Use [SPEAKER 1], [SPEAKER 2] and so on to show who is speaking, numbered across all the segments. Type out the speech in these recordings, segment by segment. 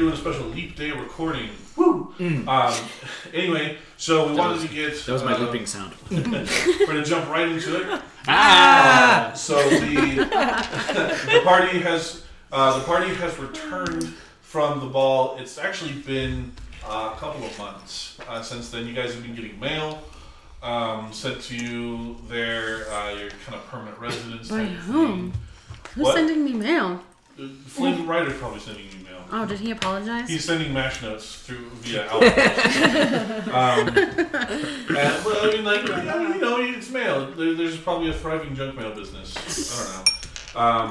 [SPEAKER 1] uh, special leap day recording.
[SPEAKER 2] Woo!
[SPEAKER 1] Um, anyway, so we
[SPEAKER 3] That
[SPEAKER 1] wanted
[SPEAKER 3] was-
[SPEAKER 1] to get
[SPEAKER 3] That was my
[SPEAKER 1] uh,
[SPEAKER 3] looping sound.
[SPEAKER 1] We're gonna jump right into it.
[SPEAKER 3] Ah!
[SPEAKER 1] Uh, so the the party has uh, the party has returned from the ball. It's actually been uh, a couple of months uh, since then. You guys have been getting mail um, sent to you there. Uh, your kind of permanent residence.
[SPEAKER 4] By
[SPEAKER 1] type of
[SPEAKER 4] whom? Who's
[SPEAKER 1] What?
[SPEAKER 4] sending me mail?
[SPEAKER 1] thing. Uh, Flynn Ryder's probably sending you mail.
[SPEAKER 4] Oh, did he apologize?
[SPEAKER 1] He's sending mash notes through via outpost. um, and, well, I mean, like you know, it's mail. There, there's probably a thriving junk mail business. I don't know.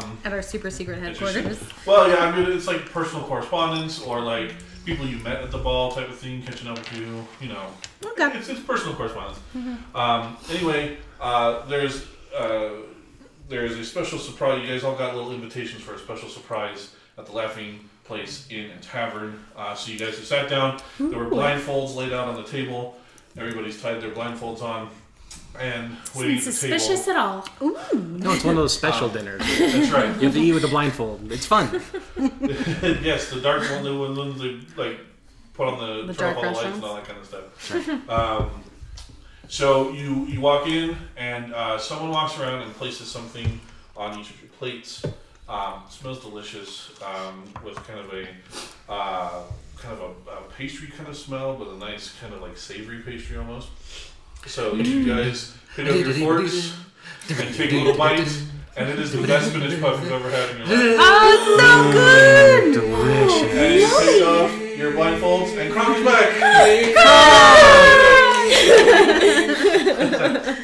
[SPEAKER 1] Um,
[SPEAKER 4] At our super secret
[SPEAKER 1] it just-
[SPEAKER 4] headquarters.
[SPEAKER 1] well, yeah, I mean, it's like personal correspondence or like people you met at the ball type of thing, catching up with you. You know,
[SPEAKER 4] Okay. Mm-hmm.
[SPEAKER 1] it's, it's personal correspondence. Um, anyway, uh, there's uh, there's a special surprise. You guys all got little invitations for a special surprise at the Laughing Place Inn and Tavern. Uh, so you guys have sat down. There were blindfolds laid out on the table. Everybody's tied their blindfolds on and waiting
[SPEAKER 4] Isn't
[SPEAKER 1] at the
[SPEAKER 4] suspicious
[SPEAKER 1] table.
[SPEAKER 4] at all. Ooh.
[SPEAKER 5] No, it's one of those special
[SPEAKER 3] Oh.
[SPEAKER 5] dinners. You
[SPEAKER 1] That's right.
[SPEAKER 5] have to eat with a blindfold. It's fun.
[SPEAKER 1] yes, the dark one, the one- ones they like put on the,
[SPEAKER 4] The
[SPEAKER 1] turn off all
[SPEAKER 4] dark
[SPEAKER 1] the lights and
[SPEAKER 4] restaurants?
[SPEAKER 1] all that kind of stuff. um, so you you walk in and uh, someone walks around and places something on each of your plates. Um, smells delicious um, with kind of a uh, kind of a, a pastry kind of smell, but a nice kind of like savory pastry almost. So each of
[SPEAKER 4] Mm.
[SPEAKER 1] you guys pick up your forks and take a little bite, and it is the best Finnish puff you've ever had in your life.
[SPEAKER 4] Oh, so good!
[SPEAKER 5] Delicious.
[SPEAKER 1] And you take off your blindfolds and Crocker's back.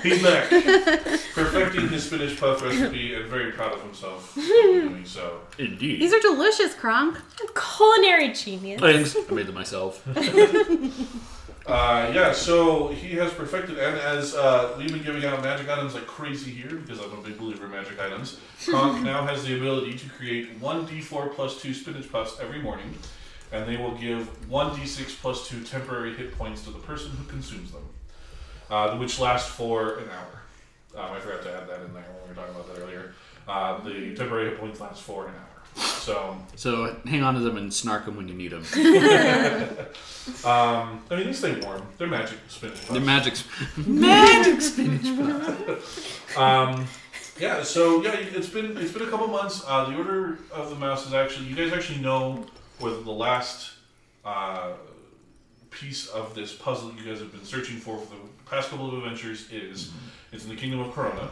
[SPEAKER 1] He's back. Perfecting his spinach puff recipe and very proud of himself for doing so.
[SPEAKER 3] Indeed.
[SPEAKER 4] These are delicious, Kronk.
[SPEAKER 2] Culinary genius.
[SPEAKER 3] Thanks. I made them myself.
[SPEAKER 1] Uh, yeah, so he has perfected, and as uh, we've been giving out magic items like crazy here, because I'm a big believer in magic items, Kronk now has the ability to create 1d4 plus 2 spinach puffs every morning, and they will give 1d6 plus 2 temporary hit points to the person who consumes them, uh, which lasts for an hour. Um, I forgot to add that in there when we were talking about that earlier. Uh, the temporary hit points last for an hour. So,
[SPEAKER 3] So hang on to them and snark them when you need them.
[SPEAKER 1] um, I mean, these stay warm. They're magic spinach puffs.
[SPEAKER 3] They're magic.
[SPEAKER 1] Um, yeah, so yeah, it's been it's been a couple months. Uh, the Order of the Mouse is actually you guys actually know where the last uh, piece of this puzzle you guys have been searching for for the past couple of adventures is. It's in the Kingdom of Corona,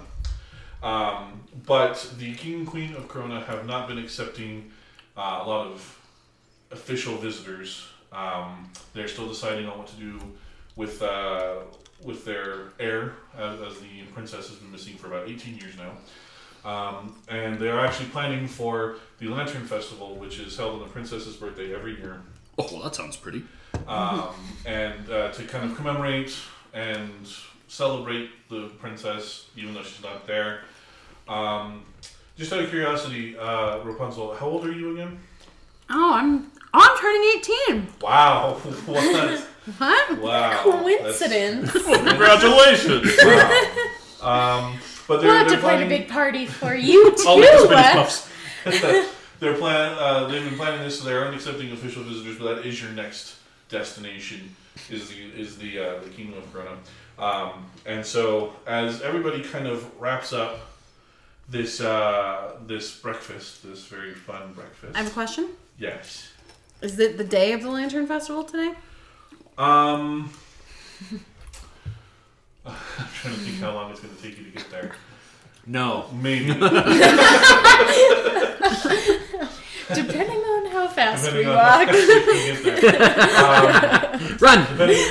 [SPEAKER 1] um, but the King and Queen of Corona have not been accepting uh, a lot of official visitors. Um, they're still deciding on what to do with uh, with their heir, as, as the princess has been missing for about 18 years now. Um, and they are actually planning for the Lantern Festival, which is held on the princess's birthday every year,
[SPEAKER 3] Oh, that sounds pretty.
[SPEAKER 1] um, and uh, to kind of commemorate and celebrate the princess, even though she's not there. Um, just out of curiosity, uh, Rapunzel, how old are you again?
[SPEAKER 4] Oh, I'm. Oh, I'm turning 18.
[SPEAKER 1] Wow! What?
[SPEAKER 4] What?
[SPEAKER 1] Wow!
[SPEAKER 2] Coincidence.
[SPEAKER 3] Congratulations!
[SPEAKER 1] That's- wow. Um, but they're,
[SPEAKER 2] We'll have
[SPEAKER 1] they're
[SPEAKER 2] to plan a
[SPEAKER 1] planning.
[SPEAKER 2] big party for you too.
[SPEAKER 1] Oh,
[SPEAKER 3] All the spinach
[SPEAKER 2] Les.
[SPEAKER 3] puffs.
[SPEAKER 1] they're plan. Uh, they've been planning this, so they aren't accepting official visitors. But that is your next destination. Is the is the uh, the Kingdom of Corona. Um, and so as everybody kind of wraps up this uh, this breakfast, this very fun breakfast.
[SPEAKER 4] I have a question.
[SPEAKER 1] yes.
[SPEAKER 4] Is it the day of the Lantern Festival today?
[SPEAKER 1] Um. I'm trying to think how long it's going to take you to get there.
[SPEAKER 3] No.
[SPEAKER 1] Maybe.
[SPEAKER 2] Depending on how fast
[SPEAKER 1] Depending
[SPEAKER 2] we
[SPEAKER 1] on how
[SPEAKER 2] walk.
[SPEAKER 1] fast you can get there. Um,
[SPEAKER 5] Run!
[SPEAKER 1] depending,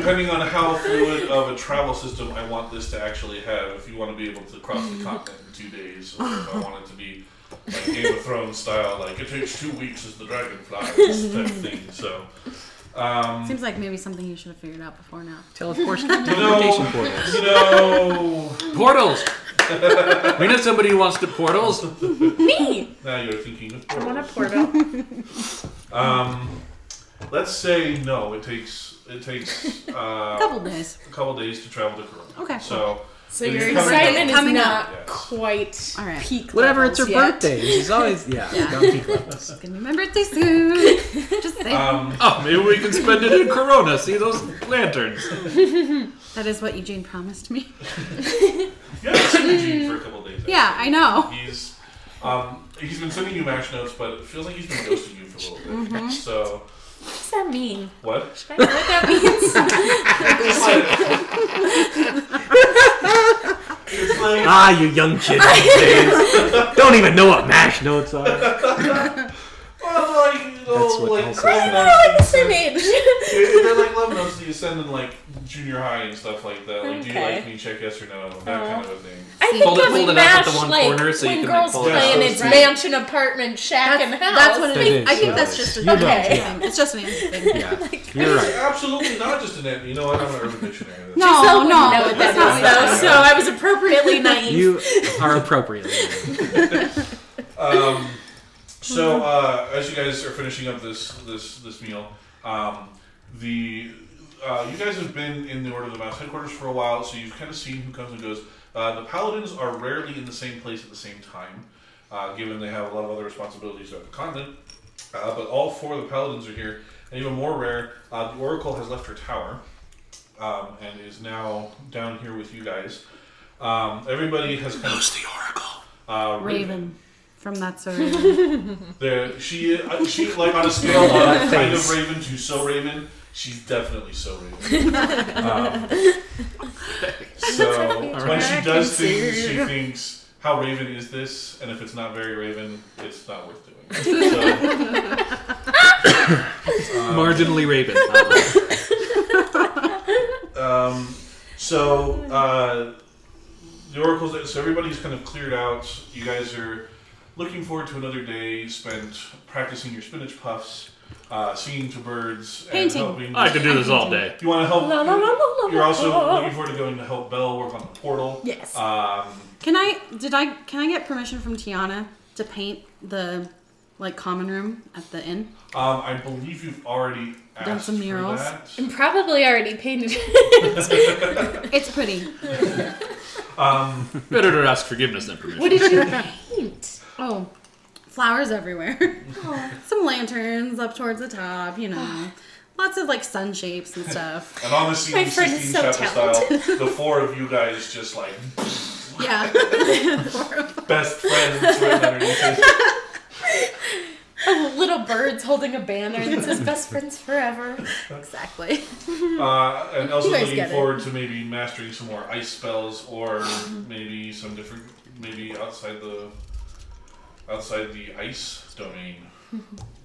[SPEAKER 1] depending on how fluid of a travel system I want this to actually have, if you want to be able to cross the continent in two days, or if I want it to be like Game of Thrones style, like it takes two weeks as the dragon flies type thing. So, um,
[SPEAKER 4] Seems like maybe something you should have figured out before now.
[SPEAKER 5] Teleportation, teleportation
[SPEAKER 1] teleportation
[SPEAKER 5] portals.
[SPEAKER 1] you know,
[SPEAKER 3] Portals! we know somebody who wants to portals.
[SPEAKER 2] Me!
[SPEAKER 1] now you're thinking of
[SPEAKER 2] I want a
[SPEAKER 1] portals.
[SPEAKER 2] portal.
[SPEAKER 1] Um, let's say no. It takes it takes
[SPEAKER 4] A
[SPEAKER 1] uh,
[SPEAKER 4] couple days.
[SPEAKER 1] a couple days to travel to Corona.
[SPEAKER 4] Okay.
[SPEAKER 1] So
[SPEAKER 2] So
[SPEAKER 1] It is
[SPEAKER 2] your
[SPEAKER 1] coming up.
[SPEAKER 2] excitement is
[SPEAKER 4] Coming
[SPEAKER 2] not
[SPEAKER 1] up.
[SPEAKER 2] quite
[SPEAKER 4] All right.
[SPEAKER 2] peak.
[SPEAKER 5] Whatever, it's her
[SPEAKER 2] levels yet.
[SPEAKER 5] birthday. She's always yeah.
[SPEAKER 4] Yeah.
[SPEAKER 5] Don't peak levels.
[SPEAKER 4] It's gonna be my birthday soon. Just say
[SPEAKER 1] Um,
[SPEAKER 3] Oh, maybe we can spend it in Corona. See those lanterns.
[SPEAKER 4] that is what Eugene promised me.
[SPEAKER 1] yeah, it's been Eugene for a couple of days.
[SPEAKER 4] Yeah, I know.
[SPEAKER 1] He's um, he's been sending you mash notes, but it feels like he's been ghosting you for a little bit. So
[SPEAKER 2] What does that mean?
[SPEAKER 1] what?
[SPEAKER 2] I know what that means.
[SPEAKER 1] It's like, it's like
[SPEAKER 5] Ah, you young kids these days don't even know what mash notes are.
[SPEAKER 1] well, oh, like you know,
[SPEAKER 5] That's what
[SPEAKER 1] like
[SPEAKER 5] Elsa
[SPEAKER 1] love
[SPEAKER 2] I don't know
[SPEAKER 1] notes.
[SPEAKER 2] what's
[SPEAKER 1] that
[SPEAKER 2] in
[SPEAKER 1] you send-
[SPEAKER 2] it.
[SPEAKER 1] Yeah, They're like love notes that you send in like junior high and stuff like that. Like, do you
[SPEAKER 2] Okay.
[SPEAKER 1] like me? Check yes or no. That kind of a thing.
[SPEAKER 2] I think
[SPEAKER 3] Hold it-
[SPEAKER 2] of
[SPEAKER 3] hold it up at
[SPEAKER 2] MASH
[SPEAKER 3] the one
[SPEAKER 2] like
[SPEAKER 3] corner so you
[SPEAKER 2] when
[SPEAKER 3] can, like,
[SPEAKER 2] girls
[SPEAKER 3] pull
[SPEAKER 1] it
[SPEAKER 2] play
[SPEAKER 1] out.
[SPEAKER 2] in its
[SPEAKER 1] Right.
[SPEAKER 2] mansion, apartment, shack,
[SPEAKER 4] That's,
[SPEAKER 2] and house.
[SPEAKER 4] that's what it
[SPEAKER 5] That
[SPEAKER 4] is. I
[SPEAKER 5] is,
[SPEAKER 4] think
[SPEAKER 5] yeah.
[SPEAKER 4] that's just a
[SPEAKER 5] You're
[SPEAKER 4] Nancy
[SPEAKER 2] right.
[SPEAKER 4] thing. It's just an Nancy thing.
[SPEAKER 3] Oh
[SPEAKER 5] Yeah, you're
[SPEAKER 1] It's
[SPEAKER 5] right.
[SPEAKER 1] absolutely not just an app. You know what? I'm an urban dictionary. That's-
[SPEAKER 4] No,
[SPEAKER 2] Giselle wouldn't
[SPEAKER 4] Oh, no,
[SPEAKER 2] know what that
[SPEAKER 4] that's not
[SPEAKER 2] is,
[SPEAKER 4] what
[SPEAKER 2] though, so I was appropriately naive.
[SPEAKER 5] You are appropriately. named.
[SPEAKER 1] Um, so uh, as you guys are finishing up this this this meal, um, the uh, you guys have been in the Order of the Mouse headquarters for a while, so you've kind of seen who comes and goes. Uh, the paladins are rarely in the same place at the same time, uh, given they have a lot of other responsibilities at the continent. Uh, but all four of the paladins are here, and even more rare, uh, the Oracle has left her tower um, and is now down here with you guys. Um, everybody has kind of
[SPEAKER 3] the Oracle?
[SPEAKER 1] uh,
[SPEAKER 4] Raven from that so Raven.
[SPEAKER 1] There, she, uh, she like on a scale of
[SPEAKER 5] That
[SPEAKER 1] kind of
[SPEAKER 5] face.
[SPEAKER 1] Raven to so Raven, she's definitely so Raven. Um, so when she does things, she thinks, "How Raven is this?" And if it's not very Raven, it's not worth doing. So,
[SPEAKER 3] Marginally Raven.
[SPEAKER 1] um, so
[SPEAKER 2] Mm-hmm.
[SPEAKER 1] uh, the oracles. So everybody's kind of cleared out. You guys are looking forward to another day spent practicing your spinach puffs, uh, singing to birds,
[SPEAKER 4] Painting.
[SPEAKER 1] and helping.
[SPEAKER 3] I could do this all day.
[SPEAKER 1] You want to help?
[SPEAKER 2] La, la, la, la, la,
[SPEAKER 1] You're also
[SPEAKER 2] la.
[SPEAKER 1] looking forward to going to help Belle work on the portal.
[SPEAKER 2] Yes.
[SPEAKER 1] Um,
[SPEAKER 4] Can I did I can I get permission from Tiana to paint the like common room at the inn?
[SPEAKER 1] um, I believe you've already asked
[SPEAKER 4] Done some murals.
[SPEAKER 1] For that.
[SPEAKER 2] I'm probably already painted.
[SPEAKER 4] It's pretty.
[SPEAKER 3] Better to ask forgiveness than permission.
[SPEAKER 2] what did you paint?
[SPEAKER 4] Oh, flowers everywhere. Some lanterns up towards the top, you know. Lots of like sun shapes and stuff.
[SPEAKER 1] And on the scene,
[SPEAKER 2] My friend is
[SPEAKER 1] Sistine
[SPEAKER 2] so
[SPEAKER 1] Chapel style, the four of you guys just like
[SPEAKER 4] Yeah.
[SPEAKER 1] best friends right underneath it.
[SPEAKER 2] Oh, little birds holding a banner that says "Best Friends Forever."
[SPEAKER 4] exactly.
[SPEAKER 1] Uh, and also
[SPEAKER 2] You guys
[SPEAKER 1] looking
[SPEAKER 2] get it.
[SPEAKER 1] forward to maybe mastering some more ice spells or maybe some different, maybe outside the outside the ice domain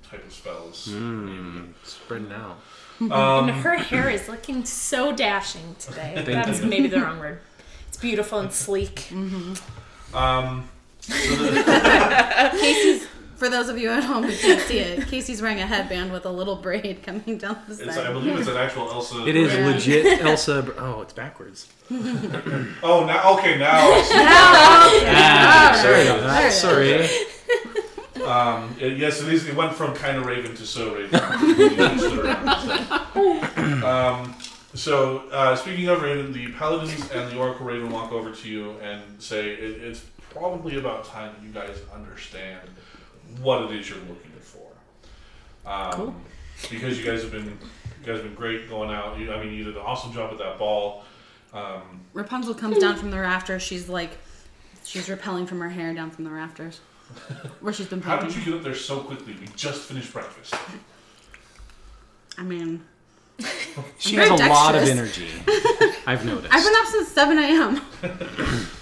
[SPEAKER 1] type of spells.
[SPEAKER 5] Hmm. Spreading out.
[SPEAKER 2] And her hair is looking so dashing today. That's
[SPEAKER 5] you.
[SPEAKER 2] maybe the wrong word. It's beautiful and sleek.
[SPEAKER 1] Um, so the-
[SPEAKER 4] Casey's for those of you at home who can't see it, Casey's wearing a headband with a little braid coming down the
[SPEAKER 1] It's, I
[SPEAKER 4] side.
[SPEAKER 1] believe it's an actual Elsa.
[SPEAKER 5] It is
[SPEAKER 1] brand.
[SPEAKER 5] legit Elsa. Br- Oh, it's backwards.
[SPEAKER 1] Oh, now okay, now. I see.
[SPEAKER 5] Ah, sorry about
[SPEAKER 4] There it
[SPEAKER 5] that.
[SPEAKER 4] is.
[SPEAKER 5] Sorry.
[SPEAKER 1] um, it- yes, it is. It went from kind of Raven to so Raven. um, so uh, speaking of Raven, the Paladins and the Oracle Raven walk over to you and say, it, "It's probably about time that you guys understand what it is you're looking for." Um, Because you guys have been, you guys have been great going out. You, I mean, you did an awesome job at that ball. Um,
[SPEAKER 4] Rapunzel comes down from the rafters. She's like, she's repelling from her hair down from the rafters, where she's been
[SPEAKER 1] How did you
[SPEAKER 4] painting.
[SPEAKER 1] get up there so quickly? We just finished breakfast.
[SPEAKER 4] I mean,
[SPEAKER 5] She
[SPEAKER 4] Very
[SPEAKER 5] has a lot of
[SPEAKER 4] dexterous.
[SPEAKER 5] energy. I've noticed.
[SPEAKER 4] I've been up since seven a.m.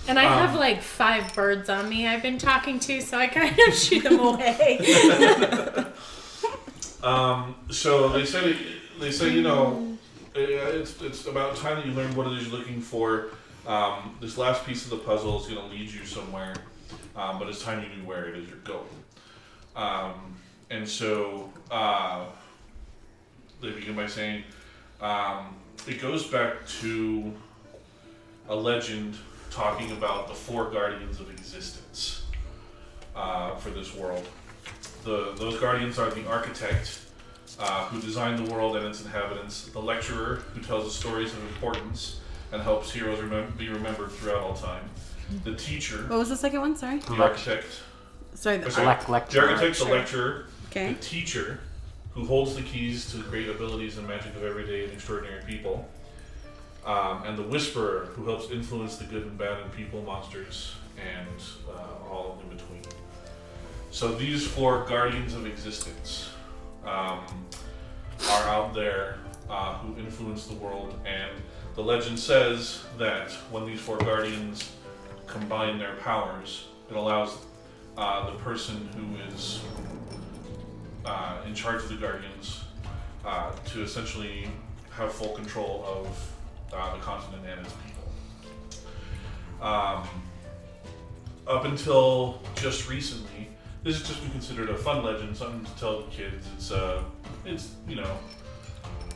[SPEAKER 2] And I
[SPEAKER 1] Um,
[SPEAKER 2] have like five birds on me I've been talking to, so I kind of shoot them away.
[SPEAKER 1] Um, so they say they say you know uh, it's it's about time that you learn what it is you're looking for. Um, this last piece of the puzzle is going to lead you somewhere, um, but it's time you knew where it is you're going. Um, and so uh, they begin by saying um, it goes back to a legend talking about the four guardians of existence uh, for this world the, those guardians are the architect, uh, who designed the world and its inhabitants, the lecturer, who tells us stories of importance, and helps heroes remem- be remembered throughout all time. The teacher,
[SPEAKER 4] What was the second one? Sorry.
[SPEAKER 1] the architect,
[SPEAKER 4] Sorry.
[SPEAKER 1] or
[SPEAKER 4] The,
[SPEAKER 1] sorry,
[SPEAKER 5] Elect- lecturer.
[SPEAKER 1] the architect, the lecturer,
[SPEAKER 4] okay.
[SPEAKER 1] the teacher, who holds the keys to the great abilities and magic of everyday and extraordinary people, um, and the whisperer, who helps influence the good and bad in people, monsters, and uh, all in between. So these four guardians of existence um, are out there uh, who influence the world, and the legend says that when these four guardians combine their powers, it allows uh, the person who is uh, in charge of the Guardians uh, to essentially have full control of uh, the continent and its people. Um, up until just recently, this has just been considered a fun legend, something to tell kids. It's uh, it's you know,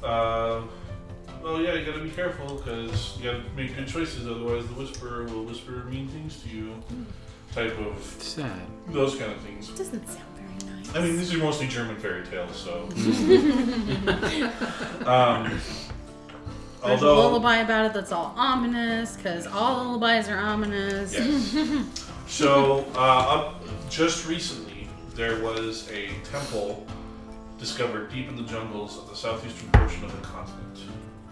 [SPEAKER 1] uh, well yeah, you gotta be careful because you gotta make good choices, otherwise the Whisperer will whisper mean things to you. Type of
[SPEAKER 3] Sad.
[SPEAKER 1] those kind of things.
[SPEAKER 2] Doesn't sound very nice.
[SPEAKER 1] I mean, these are mostly German fairy tales, so. um,
[SPEAKER 4] There's a
[SPEAKER 1] although,
[SPEAKER 4] lullaby about it that's all ominous because all lullabies are ominous.
[SPEAKER 1] yes. So, uh, up just recently, there was a temple discovered deep in the jungles of the southeastern portion of the continent.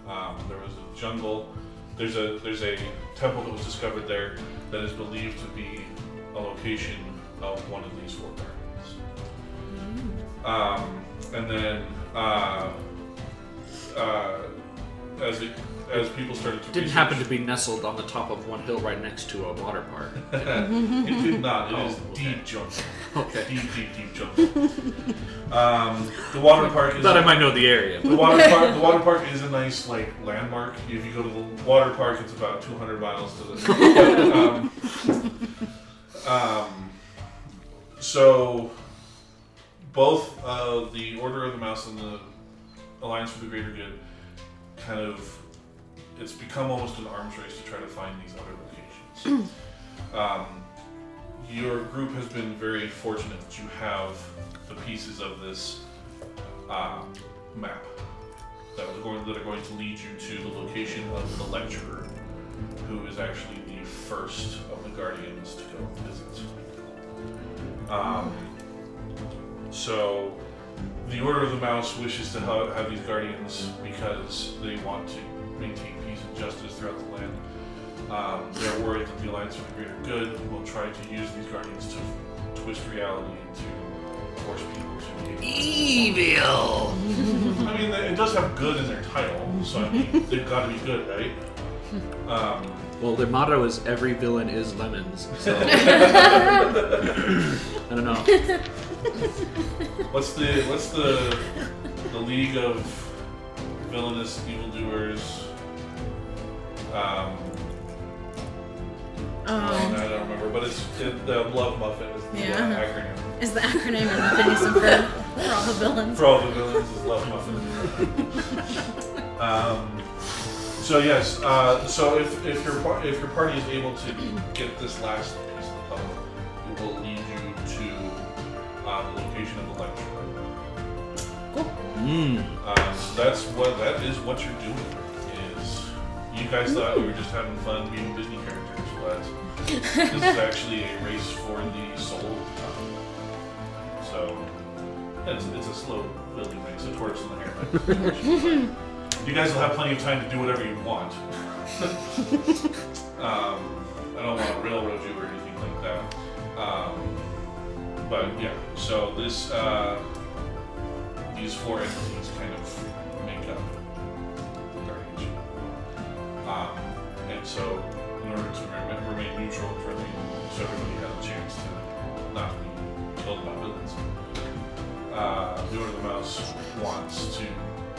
[SPEAKER 1] Um, there was a jungle. There's a there's a temple that was discovered there that is believed to be a location of one of these four gardens. Um, and then uh, uh, as it, as people started to
[SPEAKER 3] Didn't
[SPEAKER 1] research-
[SPEAKER 3] happen to be nestled on the top of one hill right next to a water park.
[SPEAKER 1] it did not. It is
[SPEAKER 3] Oh,
[SPEAKER 1] deep jungle. Deep, deep, deep jungle. um, the water park is.
[SPEAKER 3] Thought I might know the area.
[SPEAKER 1] The water park. The water park is a nice like landmark. If you go to the water park, it's about 200 miles to the. um, um, so, both uh, the Order of the Mouse and the Alliance for the Greater Good, kind of, it's become almost an arms race to try to find these other locations. um, your group has been very fortunate that you have the pieces of this uh, map that are, going, that are going to lead you to the location of the lecturer, who is actually the first of the guardians to go visit. Um, so, the Order of the Mouse wishes to ha- have these guardians because they want to maintain peace and justice throughout the land. Um, they're worried that the Alliance for the Greater Good will try to use these guardians to twist reality and to force people to be
[SPEAKER 3] Evil.
[SPEAKER 1] I mean, it does have good in their title, so I mean, they've got to be good, right? Um,
[SPEAKER 3] Well, their motto is every villain is lemons. So I don't know.
[SPEAKER 1] what's the what's the the league of villainous evildoers? Um, I
[SPEAKER 4] Um,
[SPEAKER 1] don't remember, but it's it, the Love Muffin is the
[SPEAKER 4] Yeah. uh-huh.
[SPEAKER 1] acronym
[SPEAKER 4] is the acronym in Phineas and Ferb for all the villains.
[SPEAKER 1] for all the villains is Love Muffin. um, so yes, uh, so if, if your par- if your party is able to get this last piece of the puzzle, it will lead you to uh, the location of the lecture.
[SPEAKER 3] Mm.
[SPEAKER 1] Um, so that's what that is. What you're doing is you guys thought we were just having fun being Disney characters, but this is actually a race for the soul. So it's, it's a slow building race, a torch in the hairline. you guys will have plenty of time to do whatever you want. um, I don't want to railroad you or anything like that. Um, but yeah, so this. Uh, these four entities kind of make up the Guardianship. Um, and so, in order to remain, remain neutral, for the, so everybody has a chance to not be killed by villains, uh, the Order of the Mouse wants to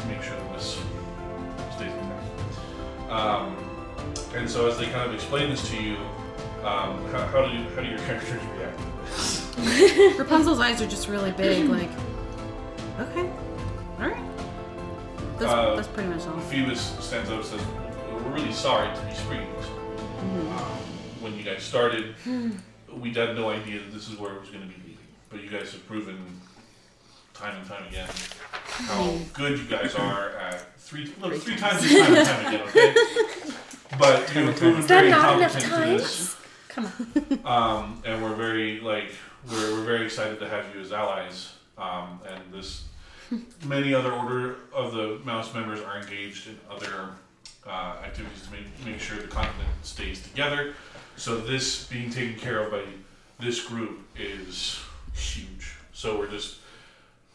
[SPEAKER 1] make sure that this stays intact. Um, and so, as they kind of explain this to you, um, how, how do you, how do your characters react?
[SPEAKER 4] Rapunzel's eyes are just really big. Like, okay, all right. That's,
[SPEAKER 1] Uh,
[SPEAKER 4] that's pretty much all.
[SPEAKER 1] Phoebus stands up and says, We're really sorry to be screamed.
[SPEAKER 2] Mm-hmm.
[SPEAKER 1] Um, when you guys started, we had no idea that this is where it was going to be leading. But you guys have proven time and time again how good you guys are at three, look, three times, time and time again, okay? But you have proven
[SPEAKER 2] Is that
[SPEAKER 1] very
[SPEAKER 2] not enough
[SPEAKER 1] competent for
[SPEAKER 2] time?
[SPEAKER 1] this,
[SPEAKER 2] Come on.
[SPEAKER 1] um, and we're very like we're, we're very excited to have you as allies. Um, and this many other order of the mouse members are engaged in other uh, activities to make, make sure the continent stays together. So this being taken care of by this group is huge. So we're just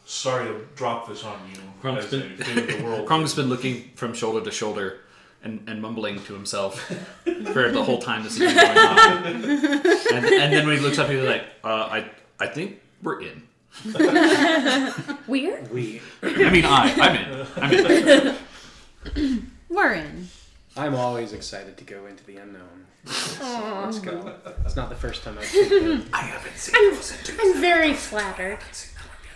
[SPEAKER 1] sorry to drop this on you
[SPEAKER 3] Crunk's
[SPEAKER 1] as
[SPEAKER 3] been-
[SPEAKER 1] a fate of the world.
[SPEAKER 3] Krong's been looking from shoulder to shoulder and, and mumbling to himself for the whole time this has been going on. And, and then when he looks up, he's like, uh, I, I think we're in.
[SPEAKER 2] Weird?
[SPEAKER 5] We.
[SPEAKER 3] I mean, I, I'm in. I'm in.
[SPEAKER 4] We're in.
[SPEAKER 5] I'm always excited to go into the unknown.
[SPEAKER 2] Aw.
[SPEAKER 5] Let's go. It's not the first time I've seen
[SPEAKER 3] I haven't seen
[SPEAKER 2] I'm,
[SPEAKER 3] Frozen two.
[SPEAKER 2] I'm very flattered.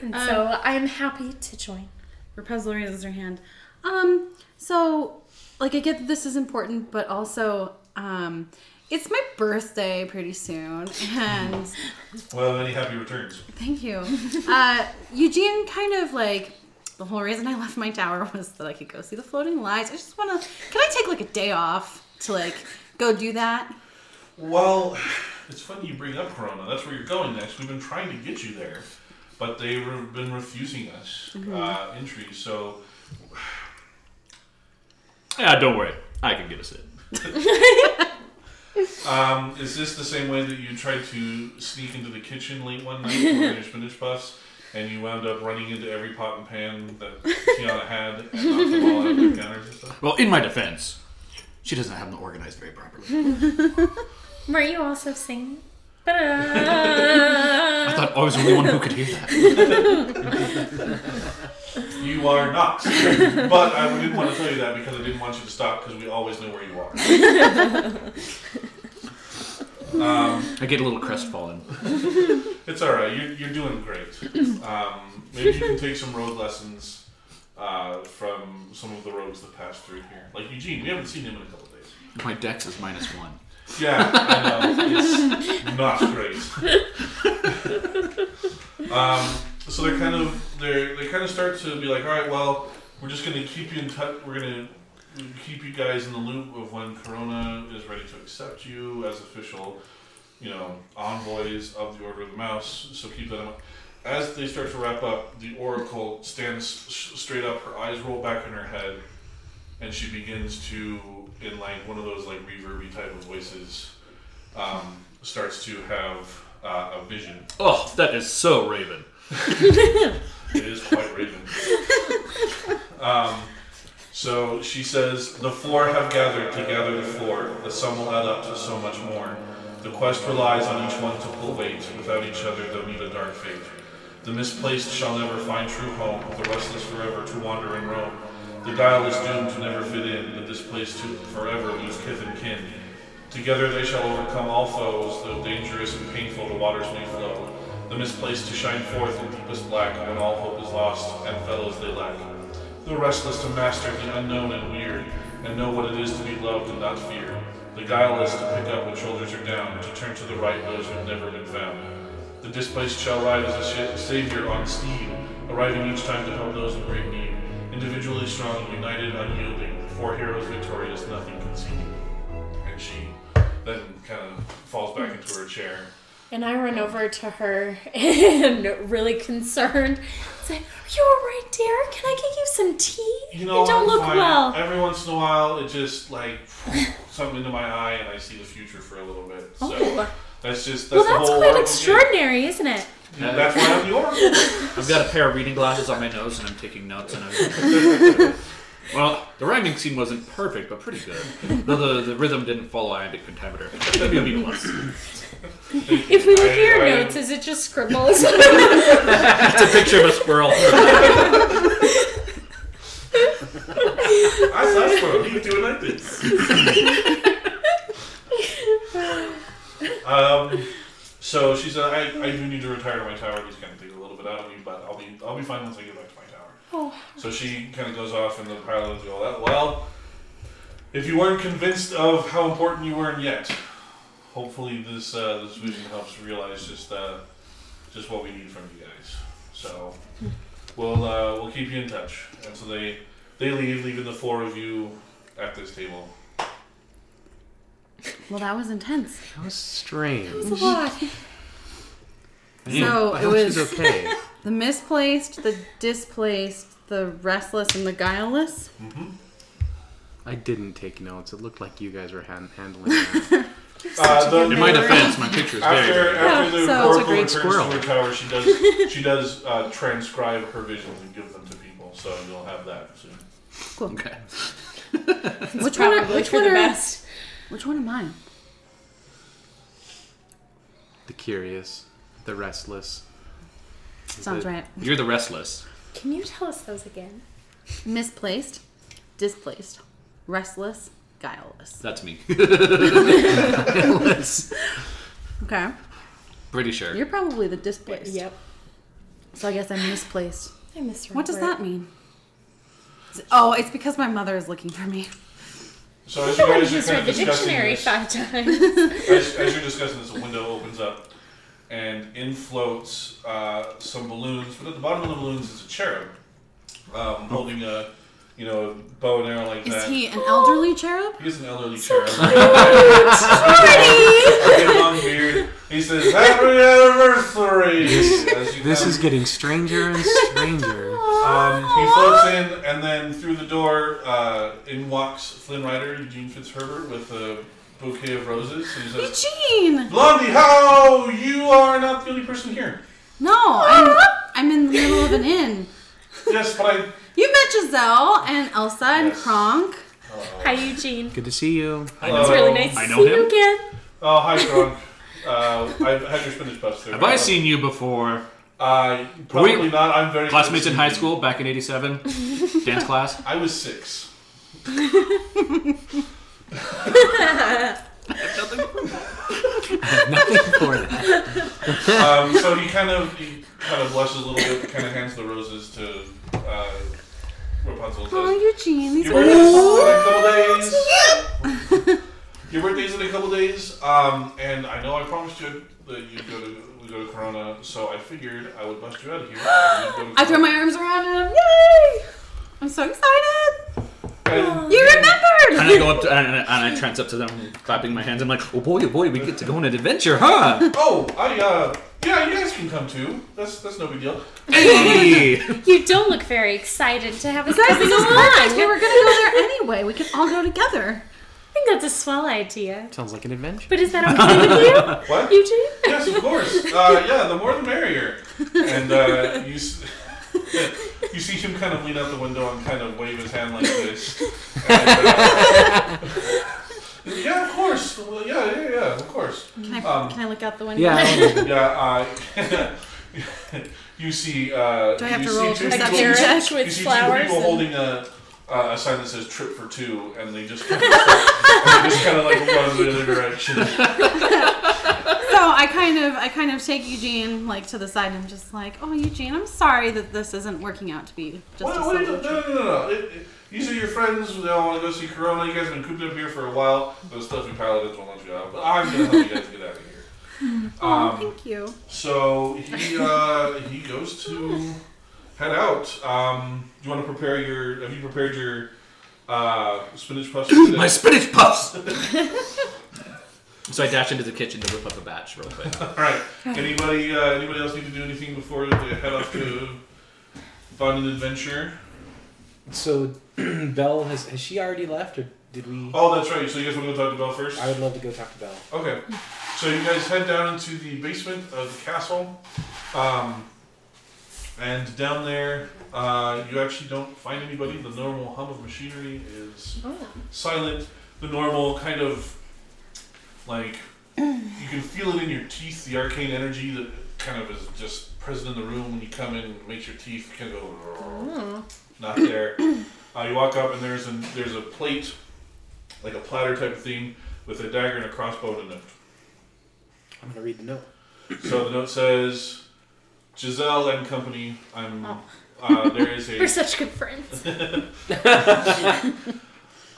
[SPEAKER 2] Um, And so I'm happy to join.
[SPEAKER 4] Rapunzel raises her hand. Um, so, like, I get that this is important, but also, um, it's my birthday pretty soon, and
[SPEAKER 1] Well, any happy returns.
[SPEAKER 4] thank you. Uh, Eugene kind of like the whole reason I left my tower was that I could go see the floating lights. I just want to. Can I take like a day off to like go do that?
[SPEAKER 1] Well, it's funny you bring up Corona. That's where you're going next. We've been trying to get you there, but they've re- been refusing us uh, entry. So
[SPEAKER 3] Yeah, don't worry. I can get us in.
[SPEAKER 1] Um, is this the same way that you tried to sneak into the kitchen late one night to order your spinach puffs, and you wound up running into every pot and pan that Tiana had and knocked them all out of their counters and stuff?
[SPEAKER 3] Well, in my defense, she doesn't have them organized very properly.
[SPEAKER 2] Were you also singing? Ba-da.
[SPEAKER 3] I thought I was the only one who could hear that.
[SPEAKER 1] You are not. but I didn't want to tell you that because I didn't want you to stop because we always know where you are.
[SPEAKER 3] I get a little crestfallen.
[SPEAKER 1] Um, It's all right. You're, you're doing great. Um, maybe you can take some road lessons uh, from some of the roads that pass through here. Like Eugene, we haven't seen him in a couple days.
[SPEAKER 3] My dex is minus one.
[SPEAKER 1] Yeah, I know. It's not great. um, so they're kind of they they kind of start to be like, all right, well, we're just gonna keep you in touch. We're gonna keep you guys in the loop of when Corona is ready to accept you as official, you know, envoys of the Order of the Mouse. So keep that in mind. As they start to wrap up, the Oracle stands s- straight up. Her eyes roll back in her head and she begins to, in like one of those like reverby type of voices, um, starts to have uh, a vision.
[SPEAKER 3] Oh, that is so Raven.
[SPEAKER 1] It is quite Raven. um, so she says, "The four have gathered to gather the four. The sum will add up to so much more. The quest relies on each one to pull weight. Without each other, they'll meet a dark fate. The misplaced shall never find true home. The restless forever to wander and roam. The dial is doomed to never fit in. The displaced to forever lose kith and kin. Together they shall overcome all foes, though dangerous and painful the waters may flow. The misplaced to shine forth in deepest black when all hope is lost and fellows they lack. The restless to master the unknown and weird, and know what it is to be loved and not feared. The guileless to pick up when shoulders are down, to turn to the right those who have never been found. The displaced shall ride as a sha- savior on steed, arriving each time to help those in great need. Individually strong, united, unyielding, four heroes victorious, nothing conceding. And she then kind of falls back into her chair.
[SPEAKER 2] and I run over to her and really concerned. It's like, you alright, dear? Can I get you some tea?
[SPEAKER 1] You know,
[SPEAKER 2] don't
[SPEAKER 1] I'm
[SPEAKER 2] look
[SPEAKER 1] fine.
[SPEAKER 2] well.
[SPEAKER 1] Every once in a while, it just like something into my eye, and I see the future for a little bit. So
[SPEAKER 2] Oh.
[SPEAKER 1] that's just
[SPEAKER 2] well,
[SPEAKER 1] that's the
[SPEAKER 2] that's
[SPEAKER 1] whole
[SPEAKER 2] quite
[SPEAKER 1] Oracle
[SPEAKER 2] extraordinary, isn't it?
[SPEAKER 1] game. That's why I'm the Oracle.
[SPEAKER 3] I've got a pair of reading glasses on my nose and I'm taking notes and I'm. well, the rhyming scene wasn't perfect, but pretty good. Though the, the rhythm didn't follow iambic pentameter. Maybe a beat once.
[SPEAKER 2] If we look at your
[SPEAKER 1] I- I-
[SPEAKER 2] notes, is it just scribbles?
[SPEAKER 3] It's a picture of a squirrel.
[SPEAKER 1] I saw Squirrel. You do it like this. um, so she said, I, I do need to retire to my tower. These kind of take a little bit out of me, but I'll be I'll be fine once I get back to my tower.
[SPEAKER 2] oh,
[SPEAKER 1] So she kind of goes off, and the pilot go, "Well, well, if you weren't convinced of how important you weren't yet, hopefully this uh, this vision helps realize just uh, just what we need from you guys. So we'll uh, we'll keep you in touch." And so they they leave, leaving the four of you at this table,
[SPEAKER 4] Well, that was intense.
[SPEAKER 5] That was strange.
[SPEAKER 4] It was a lot.
[SPEAKER 3] Mm.
[SPEAKER 4] So
[SPEAKER 5] I
[SPEAKER 4] it
[SPEAKER 5] hope she's
[SPEAKER 4] was
[SPEAKER 5] okay.
[SPEAKER 4] the misplaced, the displaced, the restless, and the guileless.
[SPEAKER 5] I didn't take notes. It looked like you guys were han- handling that.
[SPEAKER 1] Uh, the,
[SPEAKER 3] In my defense, my picture is very.
[SPEAKER 1] after
[SPEAKER 3] very
[SPEAKER 1] after the
[SPEAKER 4] Yeah, so-
[SPEAKER 1] oracle
[SPEAKER 4] It's a
[SPEAKER 5] great
[SPEAKER 1] returns
[SPEAKER 5] squirrel.
[SPEAKER 1] to her tower, she does she does uh, transcribe her visions and give them to people. So you'll have that soon.
[SPEAKER 3] okay.
[SPEAKER 4] Which one? Are,
[SPEAKER 2] Probably
[SPEAKER 4] which
[SPEAKER 2] for
[SPEAKER 4] one
[SPEAKER 2] the
[SPEAKER 4] are?
[SPEAKER 2] best.
[SPEAKER 4] Which one am I?
[SPEAKER 5] the curious, the restless.
[SPEAKER 4] Sounds
[SPEAKER 5] The-
[SPEAKER 4] right.
[SPEAKER 3] You're the restless.
[SPEAKER 2] Can you tell us those again?
[SPEAKER 4] Misplaced, displaced, restless, guileless.
[SPEAKER 3] That's me.
[SPEAKER 4] Okay.
[SPEAKER 3] Pretty sure.
[SPEAKER 4] You're probably the displaced.
[SPEAKER 2] Yep.
[SPEAKER 4] So I guess I'm misplaced.
[SPEAKER 2] I miss
[SPEAKER 4] What does that mean? Is- Oh, it's because my mother is looking for me.
[SPEAKER 1] So as you
[SPEAKER 2] The one
[SPEAKER 1] guys are
[SPEAKER 2] who's
[SPEAKER 1] kind
[SPEAKER 2] read
[SPEAKER 1] of
[SPEAKER 2] the
[SPEAKER 1] discussing
[SPEAKER 2] dictionary
[SPEAKER 1] this,
[SPEAKER 2] five times.
[SPEAKER 1] as, as you're discussing this, a window opens up, and in floats uh, some balloons. But at the bottom of the balloons is a cherub um, holding a, you know, a bow and arrow like
[SPEAKER 4] Is
[SPEAKER 1] that.
[SPEAKER 4] he an elderly cherub?
[SPEAKER 1] He's an elderly cherub. With a long beard. He says, "Happy anniversary." as you
[SPEAKER 5] This
[SPEAKER 1] come.
[SPEAKER 5] is getting stranger and stranger.
[SPEAKER 1] Um, he floats in, and then through the door, uh, in walks Flynn Rider, Eugene Fitzherbert, with a bouquet of roses, and he says,
[SPEAKER 4] Eugene!
[SPEAKER 1] Blondie, how you are not the only person here.
[SPEAKER 4] No, I'm, I'm in the middle of an inn.
[SPEAKER 1] Yes, but I.
[SPEAKER 4] You met Giselle and Elsa and
[SPEAKER 1] Yes.
[SPEAKER 4] Kronk.
[SPEAKER 2] Hi, Eugene.
[SPEAKER 5] Good to see you.
[SPEAKER 3] I
[SPEAKER 1] know
[SPEAKER 2] It's really nice
[SPEAKER 3] I
[SPEAKER 2] to
[SPEAKER 3] know
[SPEAKER 2] see
[SPEAKER 3] him.
[SPEAKER 2] you again.
[SPEAKER 1] Oh, hi, Gronk. Uh, I've had your spinach bus there.
[SPEAKER 3] Have I seen you before?
[SPEAKER 1] Uh, probably
[SPEAKER 3] We-
[SPEAKER 1] not. I'm very.
[SPEAKER 3] Classmates in high school back in '87, dance class.
[SPEAKER 1] I was six.
[SPEAKER 5] Nothing for that.
[SPEAKER 1] Um, so he kind of he kind of blushes a little bit, kind of hands the roses to uh, Rapunzel. and
[SPEAKER 4] Oh,
[SPEAKER 1] Says,
[SPEAKER 4] Eugene. These
[SPEAKER 1] your
[SPEAKER 4] are
[SPEAKER 1] birthday's in a couple days. Your birthday's in a couple days. Um, and I know I promised you that you would go to we go to Corona, so I figured I would bust you out of here. and we'd go to
[SPEAKER 4] I throw
[SPEAKER 1] Corona.
[SPEAKER 4] my arms around him. Yay! I'm so excited.
[SPEAKER 1] And
[SPEAKER 4] You
[SPEAKER 3] And I
[SPEAKER 4] remembered.
[SPEAKER 3] go up to, and, and I trance up to them, clapping my hands. I'm like, oh boy, oh boy, we get to go on an adventure, huh?
[SPEAKER 1] Oh, I uh, yeah, you guys can come too. That's that's no big deal.
[SPEAKER 3] Hey!
[SPEAKER 2] You don't look very excited to have us
[SPEAKER 4] Guys,
[SPEAKER 2] coming
[SPEAKER 4] this is
[SPEAKER 2] along.
[SPEAKER 4] perfect. We
[SPEAKER 2] I
[SPEAKER 4] were gonna go there anyway. We could all go together.
[SPEAKER 2] think that's a swell idea.
[SPEAKER 5] Sounds like an adventure.
[SPEAKER 2] But is that okay
[SPEAKER 1] What?
[SPEAKER 2] with you, Eugene?
[SPEAKER 1] Yes, of course. Uh, yeah, the more the merrier. And uh, you s- you see him kind of lean out the window and kind of wave his hand like this. And, uh, yeah, of course. Well, yeah, yeah, yeah, of course.
[SPEAKER 4] Can I,
[SPEAKER 1] Um,
[SPEAKER 4] can I look out the window?
[SPEAKER 5] Yeah.
[SPEAKER 1] Yeah. Uh, you see. Uh,
[SPEAKER 4] Do I have
[SPEAKER 1] you
[SPEAKER 4] to
[SPEAKER 1] see
[SPEAKER 4] roll a
[SPEAKER 1] two
[SPEAKER 4] perception
[SPEAKER 1] people-
[SPEAKER 4] Perception
[SPEAKER 2] A
[SPEAKER 1] you
[SPEAKER 4] check?
[SPEAKER 2] carriage with
[SPEAKER 1] see two
[SPEAKER 2] flowers.
[SPEAKER 1] people
[SPEAKER 2] And
[SPEAKER 1] holding a. Uh, a sign that says "trip for two and they just kind of, and they just kind of like run the other direction.
[SPEAKER 4] So I kind of I kind of take Eugene like to the side and just like, oh Eugene, I'm sorry that this isn't working out to be just
[SPEAKER 1] What,
[SPEAKER 4] a
[SPEAKER 1] what are you, no,
[SPEAKER 4] solo
[SPEAKER 1] no,
[SPEAKER 4] trip.
[SPEAKER 1] no, no. It, it, these are your friends. They all want to go see Corona. You guys have been cooped up here for a while. The stuff you paladins won't let you out. But I'm going to help you guys get out of here.
[SPEAKER 4] Oh,
[SPEAKER 1] Um,
[SPEAKER 4] thank you.
[SPEAKER 1] so he uh, he goes to head out. Um, you want to prepare your? Have you prepared your uh, spinach puffs? for today?
[SPEAKER 3] my spinach puffs! so I dash into the kitchen to whip up a batch real quick.
[SPEAKER 1] all right. Anybody uh, anybody else need to do anything before they head off to fun and adventure?
[SPEAKER 6] So, Belle has has she already left, or did we?
[SPEAKER 1] Oh, that's right. So you guys want to go talk to Bell first?
[SPEAKER 6] I would love to go talk to Belle.
[SPEAKER 1] Okay. So you guys head down into the basement of the castle. Um, and down there, uh, you actually don't find anybody. The normal hum of machinery is silent. The normal kind of like you can feel it in your teeth, the arcane energy that kind of is just present in the room when you come in and makes your teeth kind of go not there. Uh, you walk up and there's an there's a plate, like a platter type of thing, with a dagger and a crossbow and a note.
[SPEAKER 6] I'm gonna read the note.
[SPEAKER 1] So the note says, Giselle and company. I'm. Uh, there is
[SPEAKER 2] We're
[SPEAKER 1] a
[SPEAKER 2] such good friends.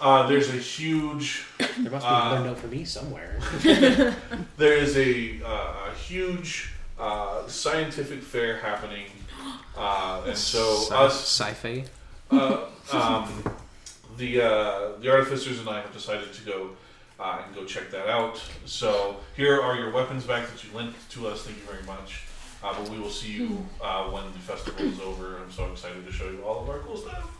[SPEAKER 1] uh, there's a huge
[SPEAKER 6] There must be
[SPEAKER 1] Uh,
[SPEAKER 6] another note for me somewhere.
[SPEAKER 1] there is a, uh, a huge uh, scientific fair happening, uh, and so us
[SPEAKER 5] Sci-fi.
[SPEAKER 1] uh, um, the uh, the artificers and I have decided to go uh, and go check that out. So here are your weapons back that you lent to us. Thank you very much. Uh, but we will see you uh, when the festival is over. I'm so excited to show you all of our cool stuff.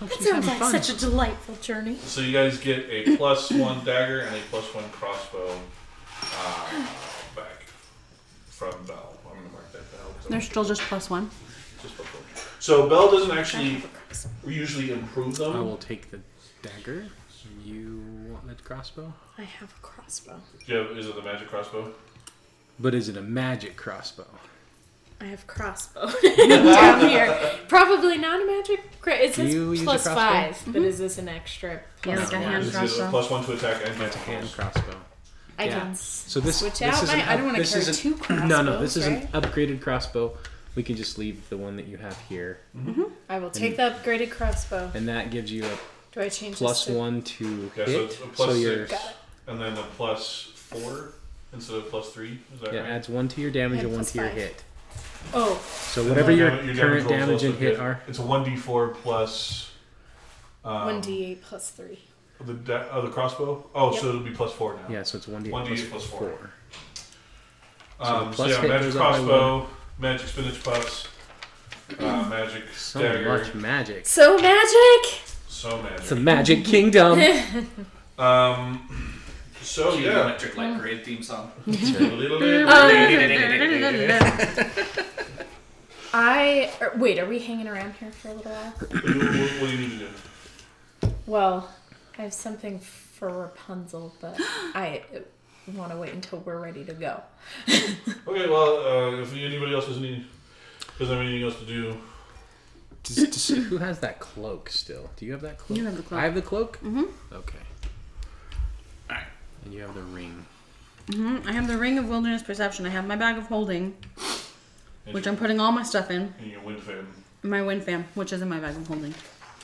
[SPEAKER 2] That sounds like such a delightful journey.
[SPEAKER 1] So you guys get a plus one dagger and a plus one crossbow uh, back from Bell. I'm gonna mark that Bell. 'cause I'm
[SPEAKER 4] They're still just plus one.
[SPEAKER 1] just before. So Bell doesn't actually usually improve them.
[SPEAKER 7] I will take the dagger. You want the crossbow?
[SPEAKER 2] I have a crossbow.
[SPEAKER 1] Do you have- is it the magic crossbow?
[SPEAKER 7] But is it a magic crossbow?
[SPEAKER 2] I have crossbow down here. Probably not a magic. Cra- it
[SPEAKER 7] Do
[SPEAKER 2] says
[SPEAKER 7] you use a
[SPEAKER 2] plus
[SPEAKER 7] crossbow?
[SPEAKER 2] five, but is this an extra?
[SPEAKER 4] Yeah,
[SPEAKER 2] Plus
[SPEAKER 4] like a
[SPEAKER 2] one?
[SPEAKER 4] hand
[SPEAKER 1] Is it a
[SPEAKER 4] crossbow.
[SPEAKER 1] plus one to attack and
[SPEAKER 7] That's a
[SPEAKER 1] magic
[SPEAKER 7] hand
[SPEAKER 1] crossbow?
[SPEAKER 7] crossbow.
[SPEAKER 2] I
[SPEAKER 7] Yeah.
[SPEAKER 2] can
[SPEAKER 7] So this
[SPEAKER 2] switch
[SPEAKER 7] this
[SPEAKER 2] out
[SPEAKER 7] isn't
[SPEAKER 2] my. I don't want
[SPEAKER 7] this
[SPEAKER 2] to carry
[SPEAKER 7] isn't-
[SPEAKER 2] two crossbows.
[SPEAKER 7] No, no, this is
[SPEAKER 2] right?
[SPEAKER 7] an upgraded crossbow. We can just leave the one that you have here,
[SPEAKER 2] I will take the upgraded crossbow.
[SPEAKER 7] and that gives you a
[SPEAKER 2] Do I change
[SPEAKER 7] plus
[SPEAKER 2] this to
[SPEAKER 7] one to
[SPEAKER 1] Yeah, so
[SPEAKER 7] hit.
[SPEAKER 1] it's a plus
[SPEAKER 7] you're-
[SPEAKER 1] six, and then a plus four instead of plus three. Is that
[SPEAKER 7] yeah,
[SPEAKER 1] right?
[SPEAKER 7] adds one to your damage
[SPEAKER 2] And
[SPEAKER 7] and one
[SPEAKER 2] plus
[SPEAKER 7] to your
[SPEAKER 2] five.
[SPEAKER 7] hit.
[SPEAKER 2] Oh,
[SPEAKER 7] So
[SPEAKER 1] And
[SPEAKER 7] whatever
[SPEAKER 1] then
[SPEAKER 7] your,
[SPEAKER 1] dam-
[SPEAKER 7] current
[SPEAKER 1] rolls
[SPEAKER 7] damage
[SPEAKER 1] also
[SPEAKER 7] and hit are,
[SPEAKER 1] It's a one d four plus. Um,
[SPEAKER 2] one d eight plus three.
[SPEAKER 1] The da- oh, the crossbow. Oh,
[SPEAKER 2] Yep.
[SPEAKER 1] so it'll be plus four now.
[SPEAKER 7] yeah, so it's one d
[SPEAKER 1] One
[SPEAKER 7] plus
[SPEAKER 1] d8 plus
[SPEAKER 7] four.
[SPEAKER 1] four. Um, so,
[SPEAKER 7] plus
[SPEAKER 1] yeah,
[SPEAKER 7] hit
[SPEAKER 1] magic
[SPEAKER 7] goes up by
[SPEAKER 1] crossbow, magic spinach puffs, uh, magic
[SPEAKER 7] So
[SPEAKER 1] dagger,
[SPEAKER 7] much magic.
[SPEAKER 2] So magic.
[SPEAKER 1] so
[SPEAKER 7] It's a
[SPEAKER 1] magic.
[SPEAKER 7] magic kingdom.
[SPEAKER 1] Um, so yeah.
[SPEAKER 3] Electric Light Parade theme song. Uh,
[SPEAKER 2] I er, wait. Are we hanging around here for a little while?
[SPEAKER 1] what, do you, what, what do you need to do?
[SPEAKER 2] Well, I have something for Rapunzel, but I want to wait until we're ready to go.
[SPEAKER 1] Okay, well, uh, if anybody else doesn't need, doesn't have anything else to do,
[SPEAKER 7] Does- does- who has that cloak still? Do you have that cloak?
[SPEAKER 4] You have the cloak.
[SPEAKER 7] I have the cloak? Mm-hmm. Okay. And you have the ring.
[SPEAKER 4] I have the ring of wilderness perception. I have my bag of holding, which I'm putting all my stuff in.
[SPEAKER 1] and your wind fan.
[SPEAKER 4] and My wind fan, which is in my bag of holding.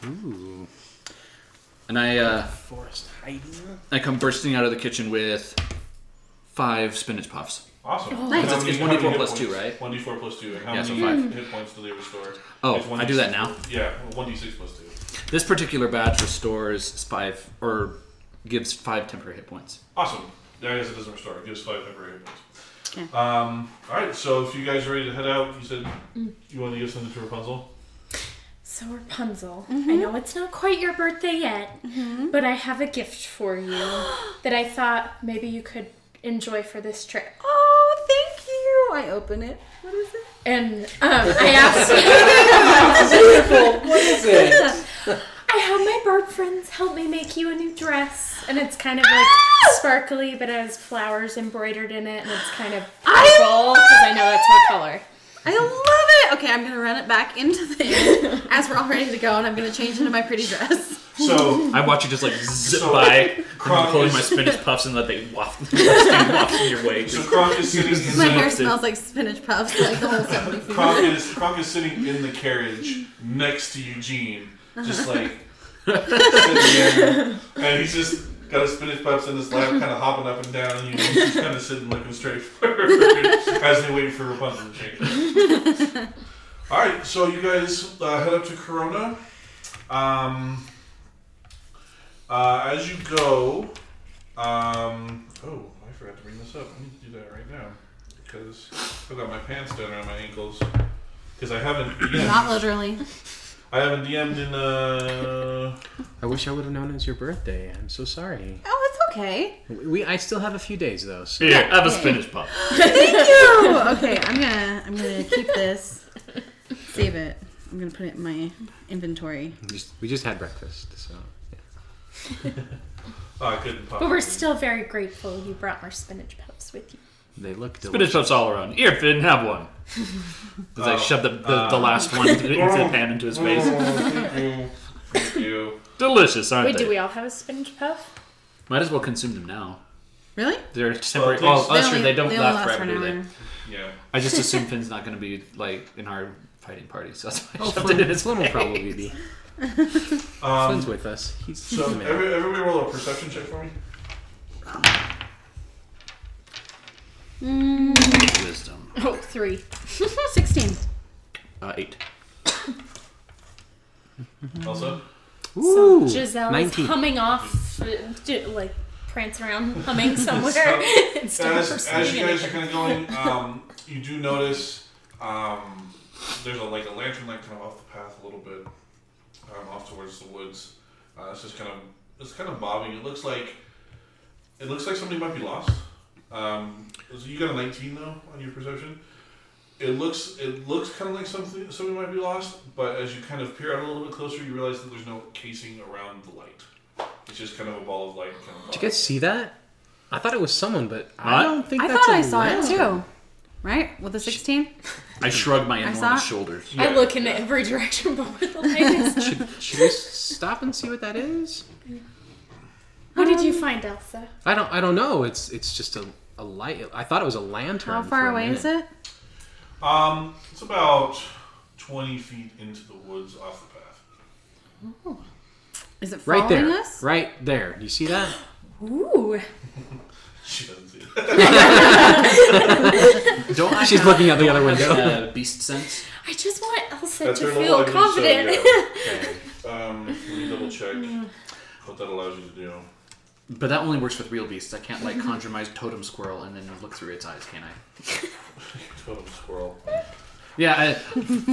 [SPEAKER 7] Ooh.
[SPEAKER 3] And I uh,
[SPEAKER 6] Forest hiding.
[SPEAKER 3] I come bursting out of the kitchen with five spinach puffs.
[SPEAKER 1] Awesome.
[SPEAKER 4] Nice.
[SPEAKER 1] How many-
[SPEAKER 3] It's
[SPEAKER 1] how many
[SPEAKER 3] 1d4
[SPEAKER 1] hit
[SPEAKER 3] plus two,
[SPEAKER 1] points?
[SPEAKER 3] right?
[SPEAKER 1] 1d4 plus 2. And how
[SPEAKER 3] Yeah, so
[SPEAKER 1] many
[SPEAKER 3] five.
[SPEAKER 1] hit points do they restore?
[SPEAKER 3] Oh,
[SPEAKER 1] It's 1d6
[SPEAKER 3] I do that now.
[SPEAKER 1] Yeah, 1d6 plus 2.
[SPEAKER 3] This particular batch restores five or gives five temporary hit points.
[SPEAKER 1] Awesome. I guess it doesn't restore. It gives five temporary hit points.
[SPEAKER 4] Okay.
[SPEAKER 1] Um, all right, so if you guys are ready to head out, you said you want to give something to Rapunzel?
[SPEAKER 2] So Rapunzel,
[SPEAKER 4] Mm-hmm.
[SPEAKER 2] I know it's not quite your birthday yet, but I have a gift for you that I thought maybe you could enjoy for this trip.
[SPEAKER 4] Oh, thank you. I open it. What is it?
[SPEAKER 2] And um, I asked,
[SPEAKER 6] What is it?
[SPEAKER 2] I have my bird friends help me make you a new dress, and it's kind of like sparkly, but it has flowers embroidered in it, and it's kind of
[SPEAKER 4] I
[SPEAKER 2] purple because I know that's her
[SPEAKER 4] love
[SPEAKER 2] color.
[SPEAKER 4] I love it. Okay, I'm gonna run it back into the as we're all ready to go, and I'm gonna change into my pretty dress.
[SPEAKER 1] So,
[SPEAKER 3] I watch you just like zip
[SPEAKER 1] So-
[SPEAKER 3] by,
[SPEAKER 1] Kronk
[SPEAKER 3] holding
[SPEAKER 1] is-
[SPEAKER 3] my spinach puffs and let they waft, waft in your way.
[SPEAKER 1] so Kronk is sitting in
[SPEAKER 4] My
[SPEAKER 1] the-
[SPEAKER 4] hair smells like spinach puffs, like the whole seventy feet.
[SPEAKER 1] Kronk is Kronk is sitting in the carriage next to Eugene, just like sitting there, and he's just got his spinach puffs in his lap, kind of hopping up and down, and Eugene's just kind of sitting looking straight forward as they wait for Rapunzel to change. All right, so you guys uh, head up to Corona. Um, uh, as you go, um, oh, I forgot to bring this up. I need to do that right now because I've got my pants down around my ankles. Because I haven't,
[SPEAKER 4] Not
[SPEAKER 1] DM'd,
[SPEAKER 4] literally.
[SPEAKER 1] I haven't DM'd in uh,
[SPEAKER 7] I wish I would have known it was your birthday. I'm so sorry.
[SPEAKER 4] Oh, it's okay.
[SPEAKER 7] We I still have a few days though. So
[SPEAKER 3] Here, have a spinach puff.
[SPEAKER 4] Thank you. Oh, Okay, I'm gonna I'm gonna keep this, save it. I'm gonna put it in my inventory.
[SPEAKER 7] we just, we just had breakfast. So
[SPEAKER 1] Oh, I couldn't pop.
[SPEAKER 2] But we're still very grateful you brought more spinach puffs with you.
[SPEAKER 7] they look delicious.
[SPEAKER 3] Spinach puffs all around. Here, Finn, have one. As I shove the, the, the last one into the pan into his face.
[SPEAKER 1] Thank you. Thank you.
[SPEAKER 3] Delicious, aren't
[SPEAKER 2] Wait,
[SPEAKER 3] they?
[SPEAKER 2] do we all have a spinach puff?
[SPEAKER 3] Might as well consume them now.
[SPEAKER 4] Really?
[SPEAKER 3] They're temporary. Oh,
[SPEAKER 1] Well,
[SPEAKER 3] Well,
[SPEAKER 1] at
[SPEAKER 3] us, they don't
[SPEAKER 4] only
[SPEAKER 3] last
[SPEAKER 4] last
[SPEAKER 3] forever, do they?
[SPEAKER 4] hour.
[SPEAKER 1] Yeah.
[SPEAKER 3] I just assume Finn's not going to be like in our fighting party, so that's why I
[SPEAKER 7] Oh,
[SPEAKER 3] shoved it
[SPEAKER 7] Flynn,
[SPEAKER 3] in his
[SPEAKER 7] Flynn will
[SPEAKER 3] face.
[SPEAKER 7] probably be.
[SPEAKER 1] Um,
[SPEAKER 7] Flynn's with us. He's
[SPEAKER 1] so
[SPEAKER 7] the man.
[SPEAKER 1] every, everybody roll a perception check for me.
[SPEAKER 3] Wisdom.
[SPEAKER 2] Oh, three.
[SPEAKER 4] Sixteen.
[SPEAKER 3] Uh, eight.
[SPEAKER 1] Also,
[SPEAKER 7] Ooh,
[SPEAKER 2] Giselle
[SPEAKER 7] 19.
[SPEAKER 2] is humming off uh, d- like prance around humming somewhere instead of
[SPEAKER 1] as, as you
[SPEAKER 2] pursuing
[SPEAKER 1] guys are
[SPEAKER 2] anything.
[SPEAKER 1] kind of going, um, you do notice um, there's a, like a lantern light kind of off the path a little bit, um, off towards the woods. Uh, it's just kind of it's kind of bobbing. It looks like it looks like somebody might be lost. Um, so you got a 19 though on your perception. It looks it looks kind of like something somebody might be lost, but as you kind of peer out a little bit closer, you realize that there's no casing around the light. It's just kind of a ball of light. Kind of
[SPEAKER 7] Did you guys see that? I thought it was someone, but I
[SPEAKER 3] What?
[SPEAKER 7] don't think
[SPEAKER 4] I
[SPEAKER 7] that's
[SPEAKER 4] thought
[SPEAKER 7] a
[SPEAKER 4] I saw it
[SPEAKER 7] lantern.
[SPEAKER 4] too. Right? With a 16?
[SPEAKER 3] I shrug my
[SPEAKER 4] I saw
[SPEAKER 3] enormous
[SPEAKER 4] it.
[SPEAKER 3] shoulders.
[SPEAKER 2] I look in every direction but where the light is.
[SPEAKER 7] Should, should we stop and see what that is?
[SPEAKER 2] what did you find, Elsa?
[SPEAKER 7] I don't. I don't know. It's it's just a, a light. I thought it was a lantern.
[SPEAKER 4] How far away is it?
[SPEAKER 1] Um, it's about twenty feet into the woods off the path.
[SPEAKER 4] Is it following
[SPEAKER 7] Right there.
[SPEAKER 4] us?
[SPEAKER 7] Right there. You see that?
[SPEAKER 2] Ooh.
[SPEAKER 1] She doesn't see it.
[SPEAKER 3] Don't I
[SPEAKER 7] She's
[SPEAKER 3] have-
[SPEAKER 7] looking out the
[SPEAKER 3] don't
[SPEAKER 7] other
[SPEAKER 3] I have,
[SPEAKER 7] window.
[SPEAKER 3] uh, beast sense.
[SPEAKER 2] I just want Elsa
[SPEAKER 1] That's
[SPEAKER 2] to
[SPEAKER 1] her level,
[SPEAKER 2] feel
[SPEAKER 1] I mean, so,
[SPEAKER 2] confident.
[SPEAKER 1] yeah. Okay. Um, let me double check what that allows you to do.
[SPEAKER 3] But that only works with real beasts. I can't like conjure my totem squirrel and then look through its eyes, can I?
[SPEAKER 1] Totem squirrel.
[SPEAKER 3] Yeah, I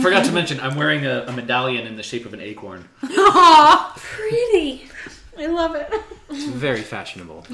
[SPEAKER 3] forgot to mention I'm wearing a, a medallion in the shape of an acorn.
[SPEAKER 4] Aw,
[SPEAKER 2] Pretty.
[SPEAKER 4] I love it.
[SPEAKER 3] Uh,
[SPEAKER 7] It's very fashionable.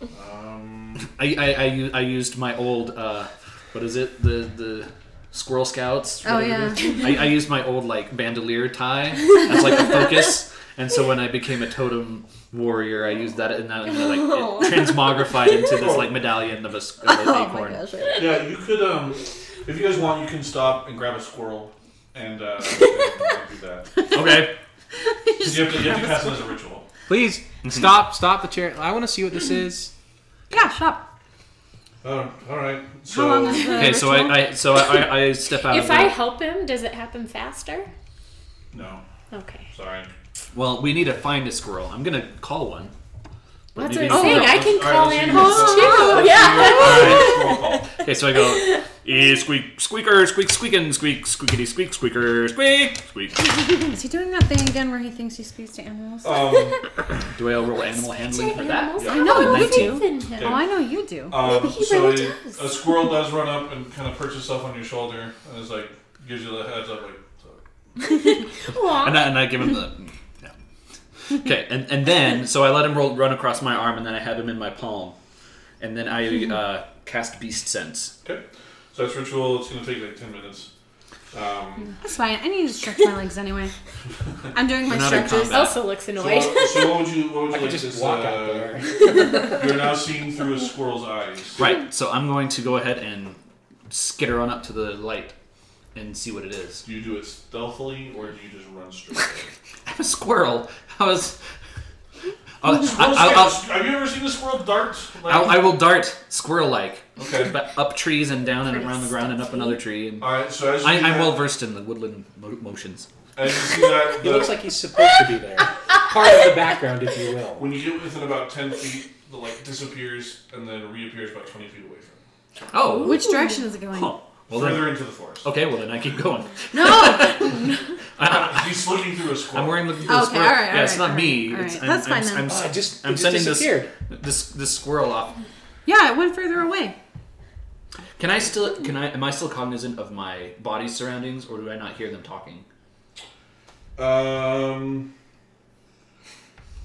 [SPEAKER 1] Um,
[SPEAKER 3] I I, I, u- I used my old uh, what is it the the Squirrel Scouts.
[SPEAKER 4] Oh,
[SPEAKER 3] whatever it is. I, I used my old like bandolier tie as like a focus, and so when I became a totem warrior, I used that and that and that, like
[SPEAKER 2] Oh.
[SPEAKER 3] it transmogrified into this like medallion of a s- of an
[SPEAKER 4] Oh my
[SPEAKER 3] acorn.
[SPEAKER 4] gosh.
[SPEAKER 1] yeah, you could. Um, if you guys want, you can stop and grab a squirrel and uh, do that.
[SPEAKER 3] okay,
[SPEAKER 1] You have to, you have to cast it as a ritual.
[SPEAKER 7] Please
[SPEAKER 6] Mm-hmm.
[SPEAKER 7] stop. Stop the chair. I want to see what this is.
[SPEAKER 4] Yeah, shop.
[SPEAKER 1] Oh, all right.
[SPEAKER 4] How long
[SPEAKER 1] So
[SPEAKER 4] is the
[SPEAKER 3] okay. So
[SPEAKER 4] ritual?
[SPEAKER 3] I, I so I, I step out. of
[SPEAKER 2] If
[SPEAKER 3] the,
[SPEAKER 2] I help him, does it happen faster?
[SPEAKER 1] no,
[SPEAKER 2] Okay.
[SPEAKER 1] sorry.
[SPEAKER 3] well, we need to find a squirrel. I'm gonna call one.
[SPEAKER 2] That's
[SPEAKER 3] maybe-
[SPEAKER 2] what I'm saying.
[SPEAKER 1] Oh,
[SPEAKER 2] I can
[SPEAKER 1] all right,
[SPEAKER 2] call
[SPEAKER 1] let's see this.
[SPEAKER 2] animals too. Yeah.
[SPEAKER 1] All right, squirrel call.
[SPEAKER 3] Okay, so I go, eh, squeak, squeaker, squeak, squeakin', squeak, squeakity, squeak, squeaker, squeak, squeak.
[SPEAKER 4] Is he doing that thing again where he thinks he speaks to animals?
[SPEAKER 3] Oh,
[SPEAKER 1] Um,
[SPEAKER 3] Do I roll animal handling for that?
[SPEAKER 2] Animals
[SPEAKER 1] Yeah.
[SPEAKER 2] have
[SPEAKER 4] I know,
[SPEAKER 2] more
[SPEAKER 4] you
[SPEAKER 2] faith in him.
[SPEAKER 4] Oh, I know you do.
[SPEAKER 1] Um,
[SPEAKER 2] Maybe he
[SPEAKER 1] so
[SPEAKER 2] really
[SPEAKER 1] a,
[SPEAKER 2] does.
[SPEAKER 1] a squirrel does run up and kind of perches itself on your shoulder and is like gives you the heads up like. "Sorry."
[SPEAKER 2] Aw.
[SPEAKER 3] And I, and I give him the. Yeah. Okay, and, and then, so I let him roll, run across my arm, and then I have him in my palm. And then I uh, cast Beast Sense.
[SPEAKER 1] Okay, so that's ritual. It's gonna take like ten minutes. Um,
[SPEAKER 4] That's fine. I need to stretch my legs anyway. I'm doing my
[SPEAKER 3] We're not in
[SPEAKER 4] stretches.
[SPEAKER 3] combat.
[SPEAKER 2] Elsa looks
[SPEAKER 1] so,
[SPEAKER 2] annoyed.
[SPEAKER 1] what- so what would you what would you
[SPEAKER 6] I could
[SPEAKER 1] like
[SPEAKER 6] just
[SPEAKER 1] this,
[SPEAKER 6] walk
[SPEAKER 1] uh,
[SPEAKER 6] out there.
[SPEAKER 1] You're now seeing through a squirrel's eyes.
[SPEAKER 3] Right, so I'm going to go ahead and skitter on up to the light and see what it is.
[SPEAKER 1] Do you do it stealthily or do you just run straight? away?
[SPEAKER 3] I'm a squirrel. I was. Oh, I,
[SPEAKER 1] Squirrels
[SPEAKER 3] I,
[SPEAKER 1] can't-
[SPEAKER 3] I'll-
[SPEAKER 1] have you ever seen a squirrel dart? Like,
[SPEAKER 3] I, I will dart squirrel like
[SPEAKER 1] okay.
[SPEAKER 3] up trees and down and around the ground and up another tree. And
[SPEAKER 1] All right. So as you
[SPEAKER 3] I,
[SPEAKER 1] do
[SPEAKER 3] I'm
[SPEAKER 1] that-
[SPEAKER 3] well versed in the woodland mo- motions.
[SPEAKER 1] as you see that,
[SPEAKER 6] He
[SPEAKER 1] the-
[SPEAKER 6] looks like he's supposed to be there. Part of the background, if you will.
[SPEAKER 1] when you get within about ten feet, the light disappears and then reappears about twenty feet away from. you.
[SPEAKER 3] Oh,
[SPEAKER 4] Which direction is it going?
[SPEAKER 3] Huh. Well
[SPEAKER 1] Further
[SPEAKER 3] then,
[SPEAKER 1] into the forest.
[SPEAKER 3] okay. Well then, I keep going.
[SPEAKER 4] No!
[SPEAKER 1] He's looking through a squirrel.
[SPEAKER 3] I'm wearing the. the
[SPEAKER 4] Oh, all
[SPEAKER 3] squirrel.
[SPEAKER 4] right, all
[SPEAKER 3] yeah, it's
[SPEAKER 4] right,
[SPEAKER 3] not
[SPEAKER 4] all
[SPEAKER 3] me.
[SPEAKER 4] right, all
[SPEAKER 3] it's,
[SPEAKER 4] right.
[SPEAKER 3] I'm,
[SPEAKER 4] That's fine
[SPEAKER 3] I'm,
[SPEAKER 4] then.
[SPEAKER 3] I'm,
[SPEAKER 6] Oh, it just, it
[SPEAKER 3] I'm
[SPEAKER 6] just
[SPEAKER 3] sending this-
[SPEAKER 6] disappeared.
[SPEAKER 3] this this squirrel off.
[SPEAKER 4] Yeah, it went further away.
[SPEAKER 3] Can I still? Can I? Am I still cognizant of my body's surroundings, or do I not hear them talking?
[SPEAKER 1] Um,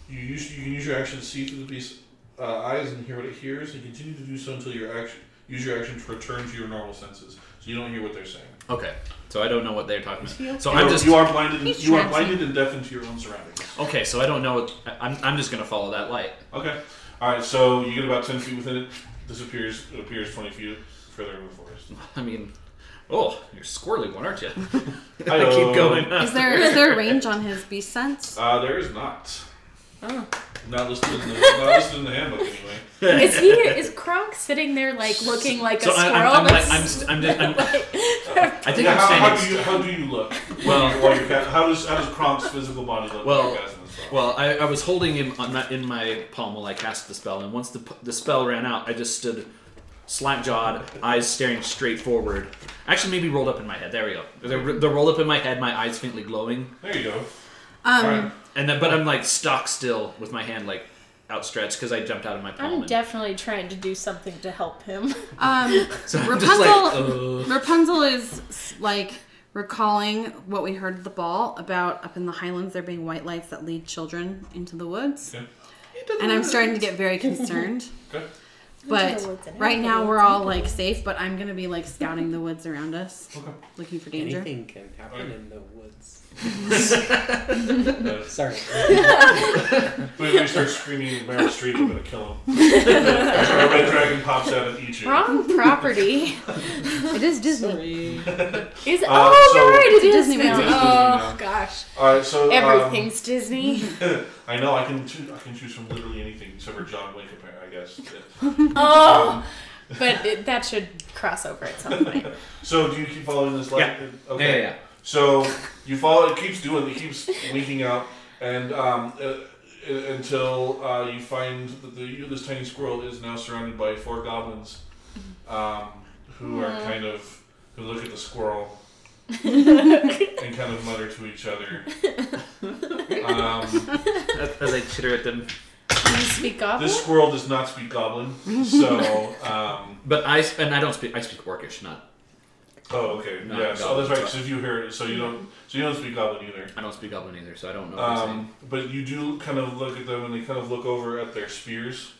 [SPEAKER 1] you use you can use your action to see through the beast's uh, eyes and hear what it hears, and continue to do so until your action use your action to return to your normal senses, so you don't hear what they're saying.
[SPEAKER 3] Okay, so I don't know what they're talking about. So
[SPEAKER 1] You
[SPEAKER 3] I'm
[SPEAKER 1] are-
[SPEAKER 3] just
[SPEAKER 1] you are blinded. And,
[SPEAKER 4] He's
[SPEAKER 1] you are
[SPEAKER 4] trancing.
[SPEAKER 1] blinded and deafened to your own surroundings.
[SPEAKER 3] okay. So I don't know. What, I- I'm I'm just gonna follow that light.
[SPEAKER 1] Okay. All right. So you get about ten feet within it. Disappears. It appears twenty feet further in the forest.
[SPEAKER 3] I mean, oh, you're a squirrely one, aren't you? I
[SPEAKER 1] Hi-yo.
[SPEAKER 3] keep going.
[SPEAKER 4] Is there is there a range on his beast sense?
[SPEAKER 1] Uh, there is not.
[SPEAKER 4] Oh.
[SPEAKER 1] Not listed in the not listed in the handbook anyway.
[SPEAKER 2] is he? Is Kronk sitting there like looking like
[SPEAKER 3] So
[SPEAKER 2] a
[SPEAKER 3] I- I'm,
[SPEAKER 2] squirrel?
[SPEAKER 3] I'm like
[SPEAKER 2] that's-
[SPEAKER 3] I'm, st- I'm, just, I'm I think
[SPEAKER 1] Yeah,
[SPEAKER 3] I'm
[SPEAKER 1] how,
[SPEAKER 3] standing.
[SPEAKER 1] how do you how do you look? Well, while you're cast, how does how does Kronk's physical body look?
[SPEAKER 3] Well,
[SPEAKER 1] while you're casting the spell?
[SPEAKER 3] Well, I, I was holding him on my, in my palm while I cast the spell, and once the, p- the spell ran out, I just stood slack jawed, eyes staring straight forward. Actually, maybe rolled up in my head. There we go. They're, they're rolled up in my head, my eyes faintly glowing.
[SPEAKER 1] there you go.
[SPEAKER 4] Um,
[SPEAKER 1] All right.
[SPEAKER 3] and then, But I'm like stock still with my hand, like outstretched because I jumped out of my palm.
[SPEAKER 2] I'm
[SPEAKER 3] and-
[SPEAKER 2] definitely trying to do something to help him.
[SPEAKER 4] Um,
[SPEAKER 3] so I'm just
[SPEAKER 4] Rapunzel,
[SPEAKER 3] like,
[SPEAKER 1] uh,
[SPEAKER 3] "Ugh."
[SPEAKER 4] Rapunzel is s- like recalling what we heard at the ball about up in the highlands there being white lights that lead children into the woods.
[SPEAKER 1] Okay.
[SPEAKER 4] And I'm starting to get very concerned.
[SPEAKER 1] Okay.
[SPEAKER 4] But
[SPEAKER 2] the woods and
[SPEAKER 4] right
[SPEAKER 2] out of the
[SPEAKER 4] now
[SPEAKER 2] woods,
[SPEAKER 4] we're all like safe, but I'm gonna be like scouting the woods around us,
[SPEAKER 1] Okay.
[SPEAKER 4] looking for danger.
[SPEAKER 6] Anything can happen in the woods.
[SPEAKER 1] Uh,
[SPEAKER 6] Sorry.
[SPEAKER 1] Wait, we start screaming Meryl Streep, I'm gonna kill him. a red dragon pops out and eats you.
[SPEAKER 2] Wrong property.
[SPEAKER 4] It is Disney.
[SPEAKER 6] Sorry.
[SPEAKER 2] Is
[SPEAKER 1] Uh,
[SPEAKER 2] oh,
[SPEAKER 1] so-
[SPEAKER 2] you're right. It
[SPEAKER 4] It's a
[SPEAKER 2] is
[SPEAKER 4] Disney
[SPEAKER 2] now.
[SPEAKER 4] movie.
[SPEAKER 2] Oh gosh,
[SPEAKER 1] Alright,
[SPEAKER 7] Uh,
[SPEAKER 1] so. um,
[SPEAKER 2] everything's Disney.
[SPEAKER 1] I know, I can, choo- I can choose from literally anything except for John Wick, apparently, I guess. Yeah.
[SPEAKER 7] Um,
[SPEAKER 2] Oh, but it, that should cross over at some point.
[SPEAKER 1] So, do you keep following this light? Okay.
[SPEAKER 3] Yeah, yeah, yeah.
[SPEAKER 1] So you follow. It keeps doing. It keeps winking out, and um, uh, uh, until uh, you find that the, you, this tiny squirrel is now surrounded by four goblins, um, who are kind of who look at the squirrel and kind of mutter to each other. Um,
[SPEAKER 3] As- as I chitter at them.
[SPEAKER 2] Can you speak goblin?
[SPEAKER 1] this squirrel does not speak goblin, so. Um,
[SPEAKER 3] But I and I don't speak. I speak Orcish, not
[SPEAKER 1] oh, okay.
[SPEAKER 3] Not
[SPEAKER 1] yeah. So
[SPEAKER 3] goblin,
[SPEAKER 1] that's right.
[SPEAKER 3] sorry.
[SPEAKER 1] Because if you hear it, so you don't. So you don't speak goblin either.
[SPEAKER 3] I don't speak Goblin either, so I don't know. What I'm saying.
[SPEAKER 1] Um, but you do kind of look at them and they kind of look over at their spears,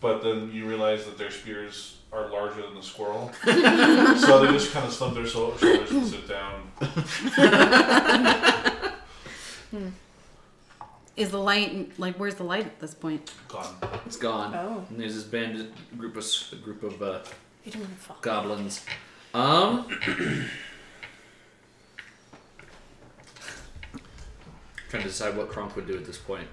[SPEAKER 1] but then you realize that their spears are larger than the squirrel. so they just kind of slump their so- shoulders and sit down.
[SPEAKER 4] Is the light like where's the light at this point?
[SPEAKER 1] Gone.
[SPEAKER 3] It's gone.
[SPEAKER 2] Oh.
[SPEAKER 3] And there's this bandit group of s- group of uh,
[SPEAKER 2] You don't want to fall.
[SPEAKER 3] goblins. Um. Trying to decide what Kronk would do at this point.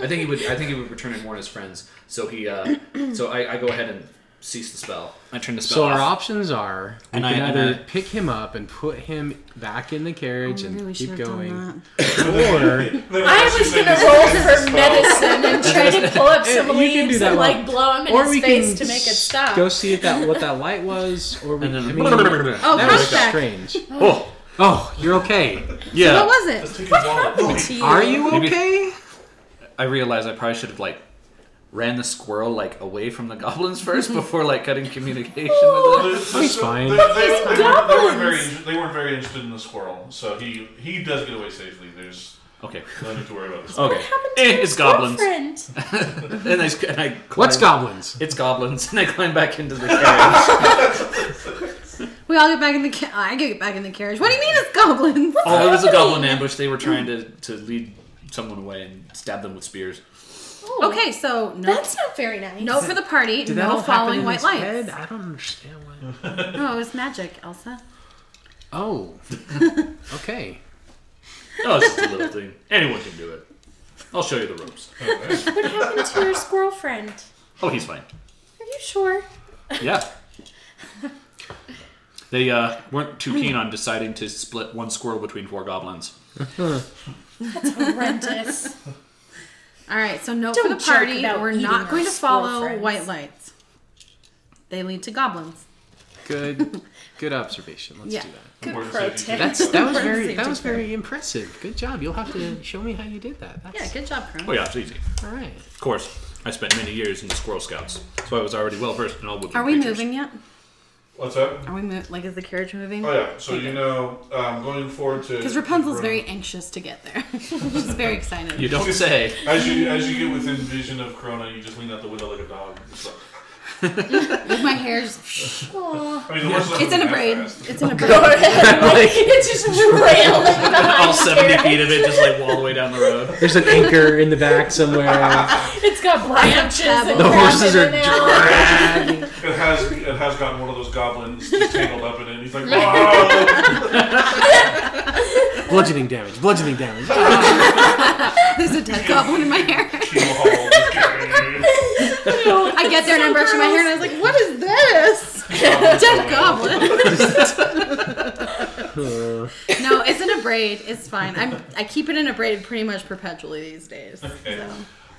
[SPEAKER 3] I think he would. I think he would return and warn his friends. So he. Uh, so I, I go ahead and cease the spell. I turn the spell
[SPEAKER 7] So our
[SPEAKER 3] off.
[SPEAKER 7] options are we
[SPEAKER 3] And I-
[SPEAKER 7] can
[SPEAKER 3] and
[SPEAKER 7] either
[SPEAKER 3] I-
[SPEAKER 7] pick him up and put him back in the carriage
[SPEAKER 4] Maybe Oh we
[SPEAKER 7] and
[SPEAKER 4] should
[SPEAKER 7] keep
[SPEAKER 4] have done
[SPEAKER 7] going,
[SPEAKER 4] that.
[SPEAKER 7] or
[SPEAKER 2] I was gonna roll for medicine and try to pull up
[SPEAKER 7] You
[SPEAKER 2] some
[SPEAKER 7] can do
[SPEAKER 2] leaves
[SPEAKER 7] that
[SPEAKER 2] and
[SPEAKER 7] one.
[SPEAKER 2] like blow him in
[SPEAKER 7] or
[SPEAKER 2] his
[SPEAKER 7] we
[SPEAKER 2] face
[SPEAKER 7] can
[SPEAKER 2] to make it
[SPEAKER 7] s-
[SPEAKER 2] stop.
[SPEAKER 7] go see if that what that light was, or we.
[SPEAKER 3] And
[SPEAKER 7] I
[SPEAKER 3] then-
[SPEAKER 7] mean, that
[SPEAKER 4] Oh,
[SPEAKER 7] was
[SPEAKER 4] flashback.
[SPEAKER 7] strange.
[SPEAKER 5] Oh,
[SPEAKER 7] Oh, you're okay.
[SPEAKER 5] yeah.
[SPEAKER 4] What was it?
[SPEAKER 7] Are you
[SPEAKER 3] Maybe-
[SPEAKER 7] okay?
[SPEAKER 3] I realize I probably should have like ran the squirrel like away from the goblins first before like cutting communication with them.
[SPEAKER 1] That's
[SPEAKER 7] fine.
[SPEAKER 1] They, they, they, weren't,
[SPEAKER 2] These
[SPEAKER 1] they, weren't
[SPEAKER 2] goblins.
[SPEAKER 1] very, inter- they weren't very interested in the squirrel, so he he does get away safely. There's
[SPEAKER 3] Okay.
[SPEAKER 1] no need to worry about this.
[SPEAKER 3] Okay.
[SPEAKER 2] happened to
[SPEAKER 3] Eh,
[SPEAKER 2] your
[SPEAKER 3] it's goblins.
[SPEAKER 2] girlfriend?
[SPEAKER 3] and I, s- and I
[SPEAKER 7] What's
[SPEAKER 3] climb-
[SPEAKER 7] goblins?
[SPEAKER 3] It's goblins, and I climb back into the carriage.
[SPEAKER 4] We all get back in the ca- I get back in the carriage. What do you mean it's goblins?
[SPEAKER 3] oh, there was a goblin ambush. They were trying to, to lead someone away and stab them with spears.
[SPEAKER 2] Oh,
[SPEAKER 4] Okay, so no
[SPEAKER 2] that's not very nice.
[SPEAKER 4] No for the party,
[SPEAKER 7] Did that
[SPEAKER 4] no
[SPEAKER 7] all happen
[SPEAKER 4] following
[SPEAKER 7] in
[SPEAKER 4] white
[SPEAKER 7] his
[SPEAKER 4] lights.
[SPEAKER 7] head? I don't understand why.
[SPEAKER 4] No, it was magic, Elsa.
[SPEAKER 7] Oh, okay.
[SPEAKER 3] Oh, it's just a little thing. Anyone can do it. I'll show you the ropes.
[SPEAKER 2] What happened to your squirrel friend?
[SPEAKER 3] Oh, he's fine.
[SPEAKER 2] Are you sure?
[SPEAKER 3] Yeah. They uh, weren't too keen on deciding to split one squirrel between four goblins.
[SPEAKER 2] Horrendous.
[SPEAKER 4] All right, so no for
[SPEAKER 2] Don't
[SPEAKER 4] the party.
[SPEAKER 2] joke about
[SPEAKER 4] We're
[SPEAKER 2] eating
[SPEAKER 4] not
[SPEAKER 2] our
[SPEAKER 4] going to
[SPEAKER 2] squirrel
[SPEAKER 4] follow
[SPEAKER 2] friends.
[SPEAKER 4] white lights. They lead to goblins.
[SPEAKER 7] Good, good observation. Let's
[SPEAKER 4] Yeah.
[SPEAKER 7] do that.
[SPEAKER 2] Good
[SPEAKER 1] Where's
[SPEAKER 2] pro
[SPEAKER 1] the-
[SPEAKER 2] tip.
[SPEAKER 7] That's that was
[SPEAKER 4] Impressive
[SPEAKER 7] very that was
[SPEAKER 4] difference.
[SPEAKER 7] very impressive. Good job. You'll have to show me how you did that.
[SPEAKER 4] Yeah,
[SPEAKER 7] That's
[SPEAKER 4] good job, Kron.
[SPEAKER 3] Oh, yeah, it's easy.
[SPEAKER 7] all right.
[SPEAKER 3] Of course, I spent many years in the Squirrel Scouts, so I was already well versed in all woodland
[SPEAKER 4] Are we
[SPEAKER 3] creatures.
[SPEAKER 4] moving yet?
[SPEAKER 1] What's that?
[SPEAKER 4] Are we mo- like is the carriage moving?
[SPEAKER 1] Oh yeah. So you know, um, going forward to
[SPEAKER 4] Because Rapunzel's very anxious to get there. She's very excited.
[SPEAKER 3] You don't say.
[SPEAKER 1] As you as you get within vision of Corona, you just lean out the window like a dog. So,
[SPEAKER 4] With my hair just
[SPEAKER 2] Aw.
[SPEAKER 1] I mean, the horse doesn't
[SPEAKER 4] It's in a
[SPEAKER 1] move that
[SPEAKER 4] braid.
[SPEAKER 1] fast. Oh,
[SPEAKER 4] It's in a braid.
[SPEAKER 2] it's just railing
[SPEAKER 3] All
[SPEAKER 2] behind
[SPEAKER 3] 70
[SPEAKER 2] there.
[SPEAKER 3] feet of it just like all the way down the road.
[SPEAKER 6] There's an anchor in the back somewhere.
[SPEAKER 2] It's got branches and
[SPEAKER 4] The
[SPEAKER 7] horses
[SPEAKER 2] crap in
[SPEAKER 7] are
[SPEAKER 2] it now.
[SPEAKER 1] It has it has gotten one of those goblins just tangled up in it. He's like, "Whoa!"
[SPEAKER 5] Bludgeoning damage. Bludgeoning damage.
[SPEAKER 4] There's a dead goblin in my hair.
[SPEAKER 1] Keyhole, just kidding.
[SPEAKER 4] I get there and I'm brushing my hair and I was like, what is this? Dead goblin.
[SPEAKER 5] Uh,
[SPEAKER 4] No, it's in a braid. It's fine. I'm I keep it in a braid pretty much perpetually these days.
[SPEAKER 1] Okay.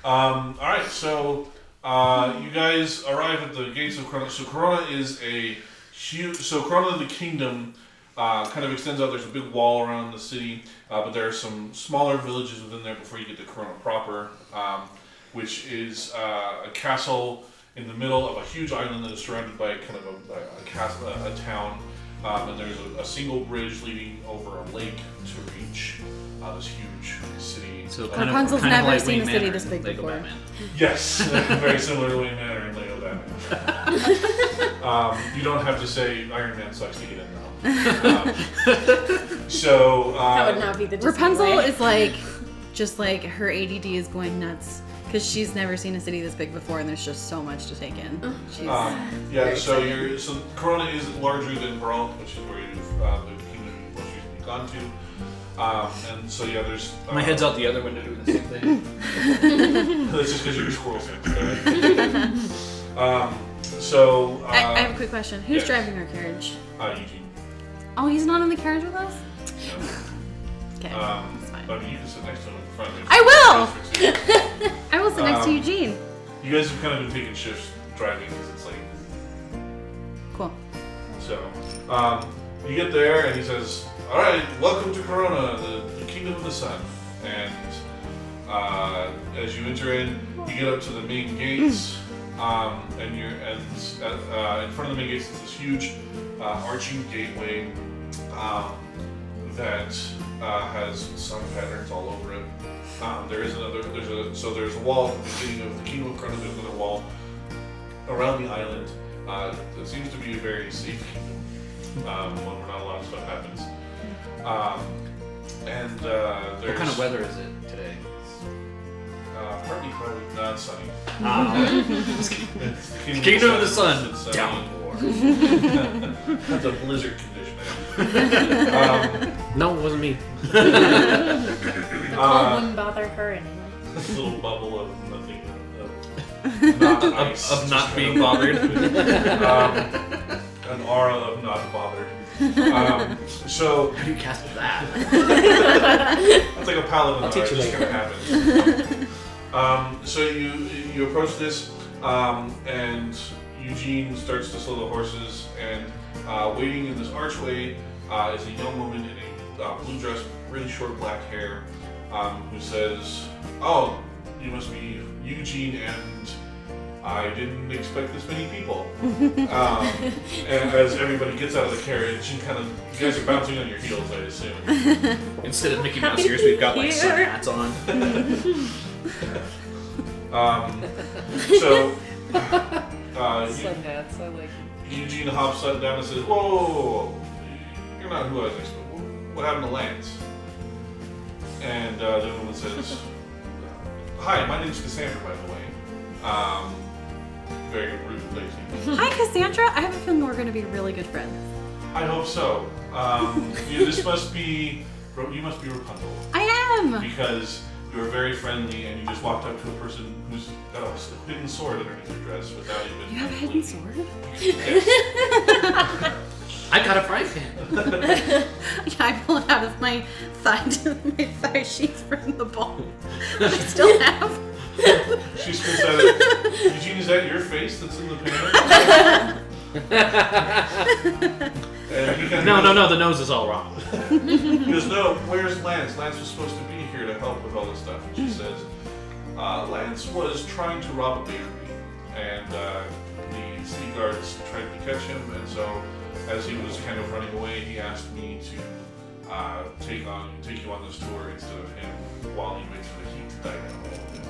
[SPEAKER 1] Um, all right, so uh, you guys arrive at the gates of Corona. So Corona is a huge. So Corona, the kingdom, uh, kind of extends out. There's a big wall around the city, uh, but there are some smaller villages within there before you get to Corona proper. Um, which is uh, a castle in the middle of a huge island that is surrounded by kind of a, a, a castle, a, a town. Um, and there's a, a single bridge leading over a lake to reach uh, this huge city.
[SPEAKER 3] So
[SPEAKER 1] Uh,
[SPEAKER 3] kind
[SPEAKER 4] Rapunzel's
[SPEAKER 3] of, kind
[SPEAKER 4] never
[SPEAKER 3] of like
[SPEAKER 4] seen
[SPEAKER 3] Wayne
[SPEAKER 4] a city
[SPEAKER 3] Manor
[SPEAKER 4] this
[SPEAKER 3] in
[SPEAKER 4] big
[SPEAKER 3] Lego
[SPEAKER 4] before.
[SPEAKER 3] Batman.
[SPEAKER 1] Yes, very similar to Wayne Manor and Lego Batman. Um, you don't have to say Iron Man sucks to get in though. Um, so uh,
[SPEAKER 2] That would not be the Disney
[SPEAKER 4] Rapunzel
[SPEAKER 2] way.
[SPEAKER 4] is like, just like her ADD is going nuts because she's never seen a city this big before, and there's just so much to take in.
[SPEAKER 8] Uh-huh.
[SPEAKER 4] She's
[SPEAKER 1] Um, yeah, so you're so Corona is larger than Brawl, which is where you've uh, the kingdom you've most recently gone to. Um, and so yeah, there's uh,
[SPEAKER 3] My head's out the other window doing the same thing.
[SPEAKER 1] um, That's just because you're squirrel sensitive. um, so uh,
[SPEAKER 4] I, I have a quick question. Who's
[SPEAKER 1] yes.
[SPEAKER 4] driving our carriage?
[SPEAKER 1] uh, Eugene.
[SPEAKER 4] Oh, he's not in the carriage with us. Okay,
[SPEAKER 1] Um,
[SPEAKER 4] that's fine.
[SPEAKER 1] I mean, you can sit next to him in front. Of
[SPEAKER 4] I will!
[SPEAKER 1] will.
[SPEAKER 4] I will sit next to
[SPEAKER 1] um,
[SPEAKER 4] Eugene.
[SPEAKER 1] You guys have kind of been taking shifts driving because it's like
[SPEAKER 4] Cool.
[SPEAKER 1] so. Um, you get there and he says, "All right, welcome to Corona, the, the kingdom of the sun." And uh, as you enter in, you get up to the main gates, um, and you're and uh, in front of the main gates is this huge uh, arching gateway um, that uh, has sun patterns all over it. Um, there is another. There's a so there's a wall at the beginning of the kingdom of Corona. There's another wall around the island. Uh, it seems to be a very safe kingdom, um, one where not a lot of stuff happens. Um, and uh, there's
[SPEAKER 3] What kind of weather is it today?
[SPEAKER 1] Uh, partly cloudy, not sunny.
[SPEAKER 3] Ah,
[SPEAKER 1] It's the kingdom,
[SPEAKER 3] Kingdom of the Sun.
[SPEAKER 1] It's sunny.
[SPEAKER 3] Downpour.
[SPEAKER 1] That's a blizzard condition. um,
[SPEAKER 5] No, it wasn't me.
[SPEAKER 2] the cold
[SPEAKER 1] uh,
[SPEAKER 2] wouldn't bother her anyway.
[SPEAKER 1] this little bubble of nothing. Of, of not ice,
[SPEAKER 3] of
[SPEAKER 1] just
[SPEAKER 3] not being
[SPEAKER 1] kind
[SPEAKER 3] bothered.
[SPEAKER 1] um, an aura of not bothered. Um, so
[SPEAKER 3] How do you cast that?
[SPEAKER 1] It's like a paladin.
[SPEAKER 6] I'll teach you
[SPEAKER 1] just kind of happens. um, so you you approach this, um, and Eugene starts to slow the horses, and uh, waiting in this archway uh, is a young woman in a uh, blue dress, really short black hair, um, who says, "Oh, you must be Eugene and." I didn't expect this many people. um, and as everybody gets out of the carriage and kind of, you guys are bouncing on your heels, I assume.
[SPEAKER 3] Instead of Mickey Mouse ears, we've got like sun hats on.
[SPEAKER 1] Um, so uh,
[SPEAKER 8] Sun hats, I like.
[SPEAKER 1] Eugene hops up down and says, "Whoa, whoa, whoa, whoa. you're not who I was expecting. What happened to Lance?" And uh, the other one says, "Hi, my name's Cassandra, by the way." Um, very rude lady.
[SPEAKER 4] Hi, Cassandra. I have a feeling we're going to be really good friends.
[SPEAKER 1] I hope so. Um, you, this must be you must be Rapunzel
[SPEAKER 4] I am.
[SPEAKER 1] because you were very friendly and you just walked up to a person who's got a hidden sword underneath their dress without even.
[SPEAKER 4] You have a hidden sword?
[SPEAKER 1] Yes.
[SPEAKER 3] I got a frying pan.
[SPEAKER 4] Yeah, I pulled it out of my thigh, my thigh sheets from the ball. I still have.
[SPEAKER 1] She screams at it. Eugene, is that your face that's in the painting? and he kinda
[SPEAKER 3] No, no,
[SPEAKER 1] goes-
[SPEAKER 3] no. The nose is all wrong.
[SPEAKER 1] He goes, no, where's Lance? Lance was supposed to be here to help with all this stuff. And she says, uh, Lance was trying to rob a bakery, and uh, the city guards tried to catch him, and so as he was kind of running away, he asked me to uh, take on take you on this tour instead of him while he waits for the heat to die down a little bit.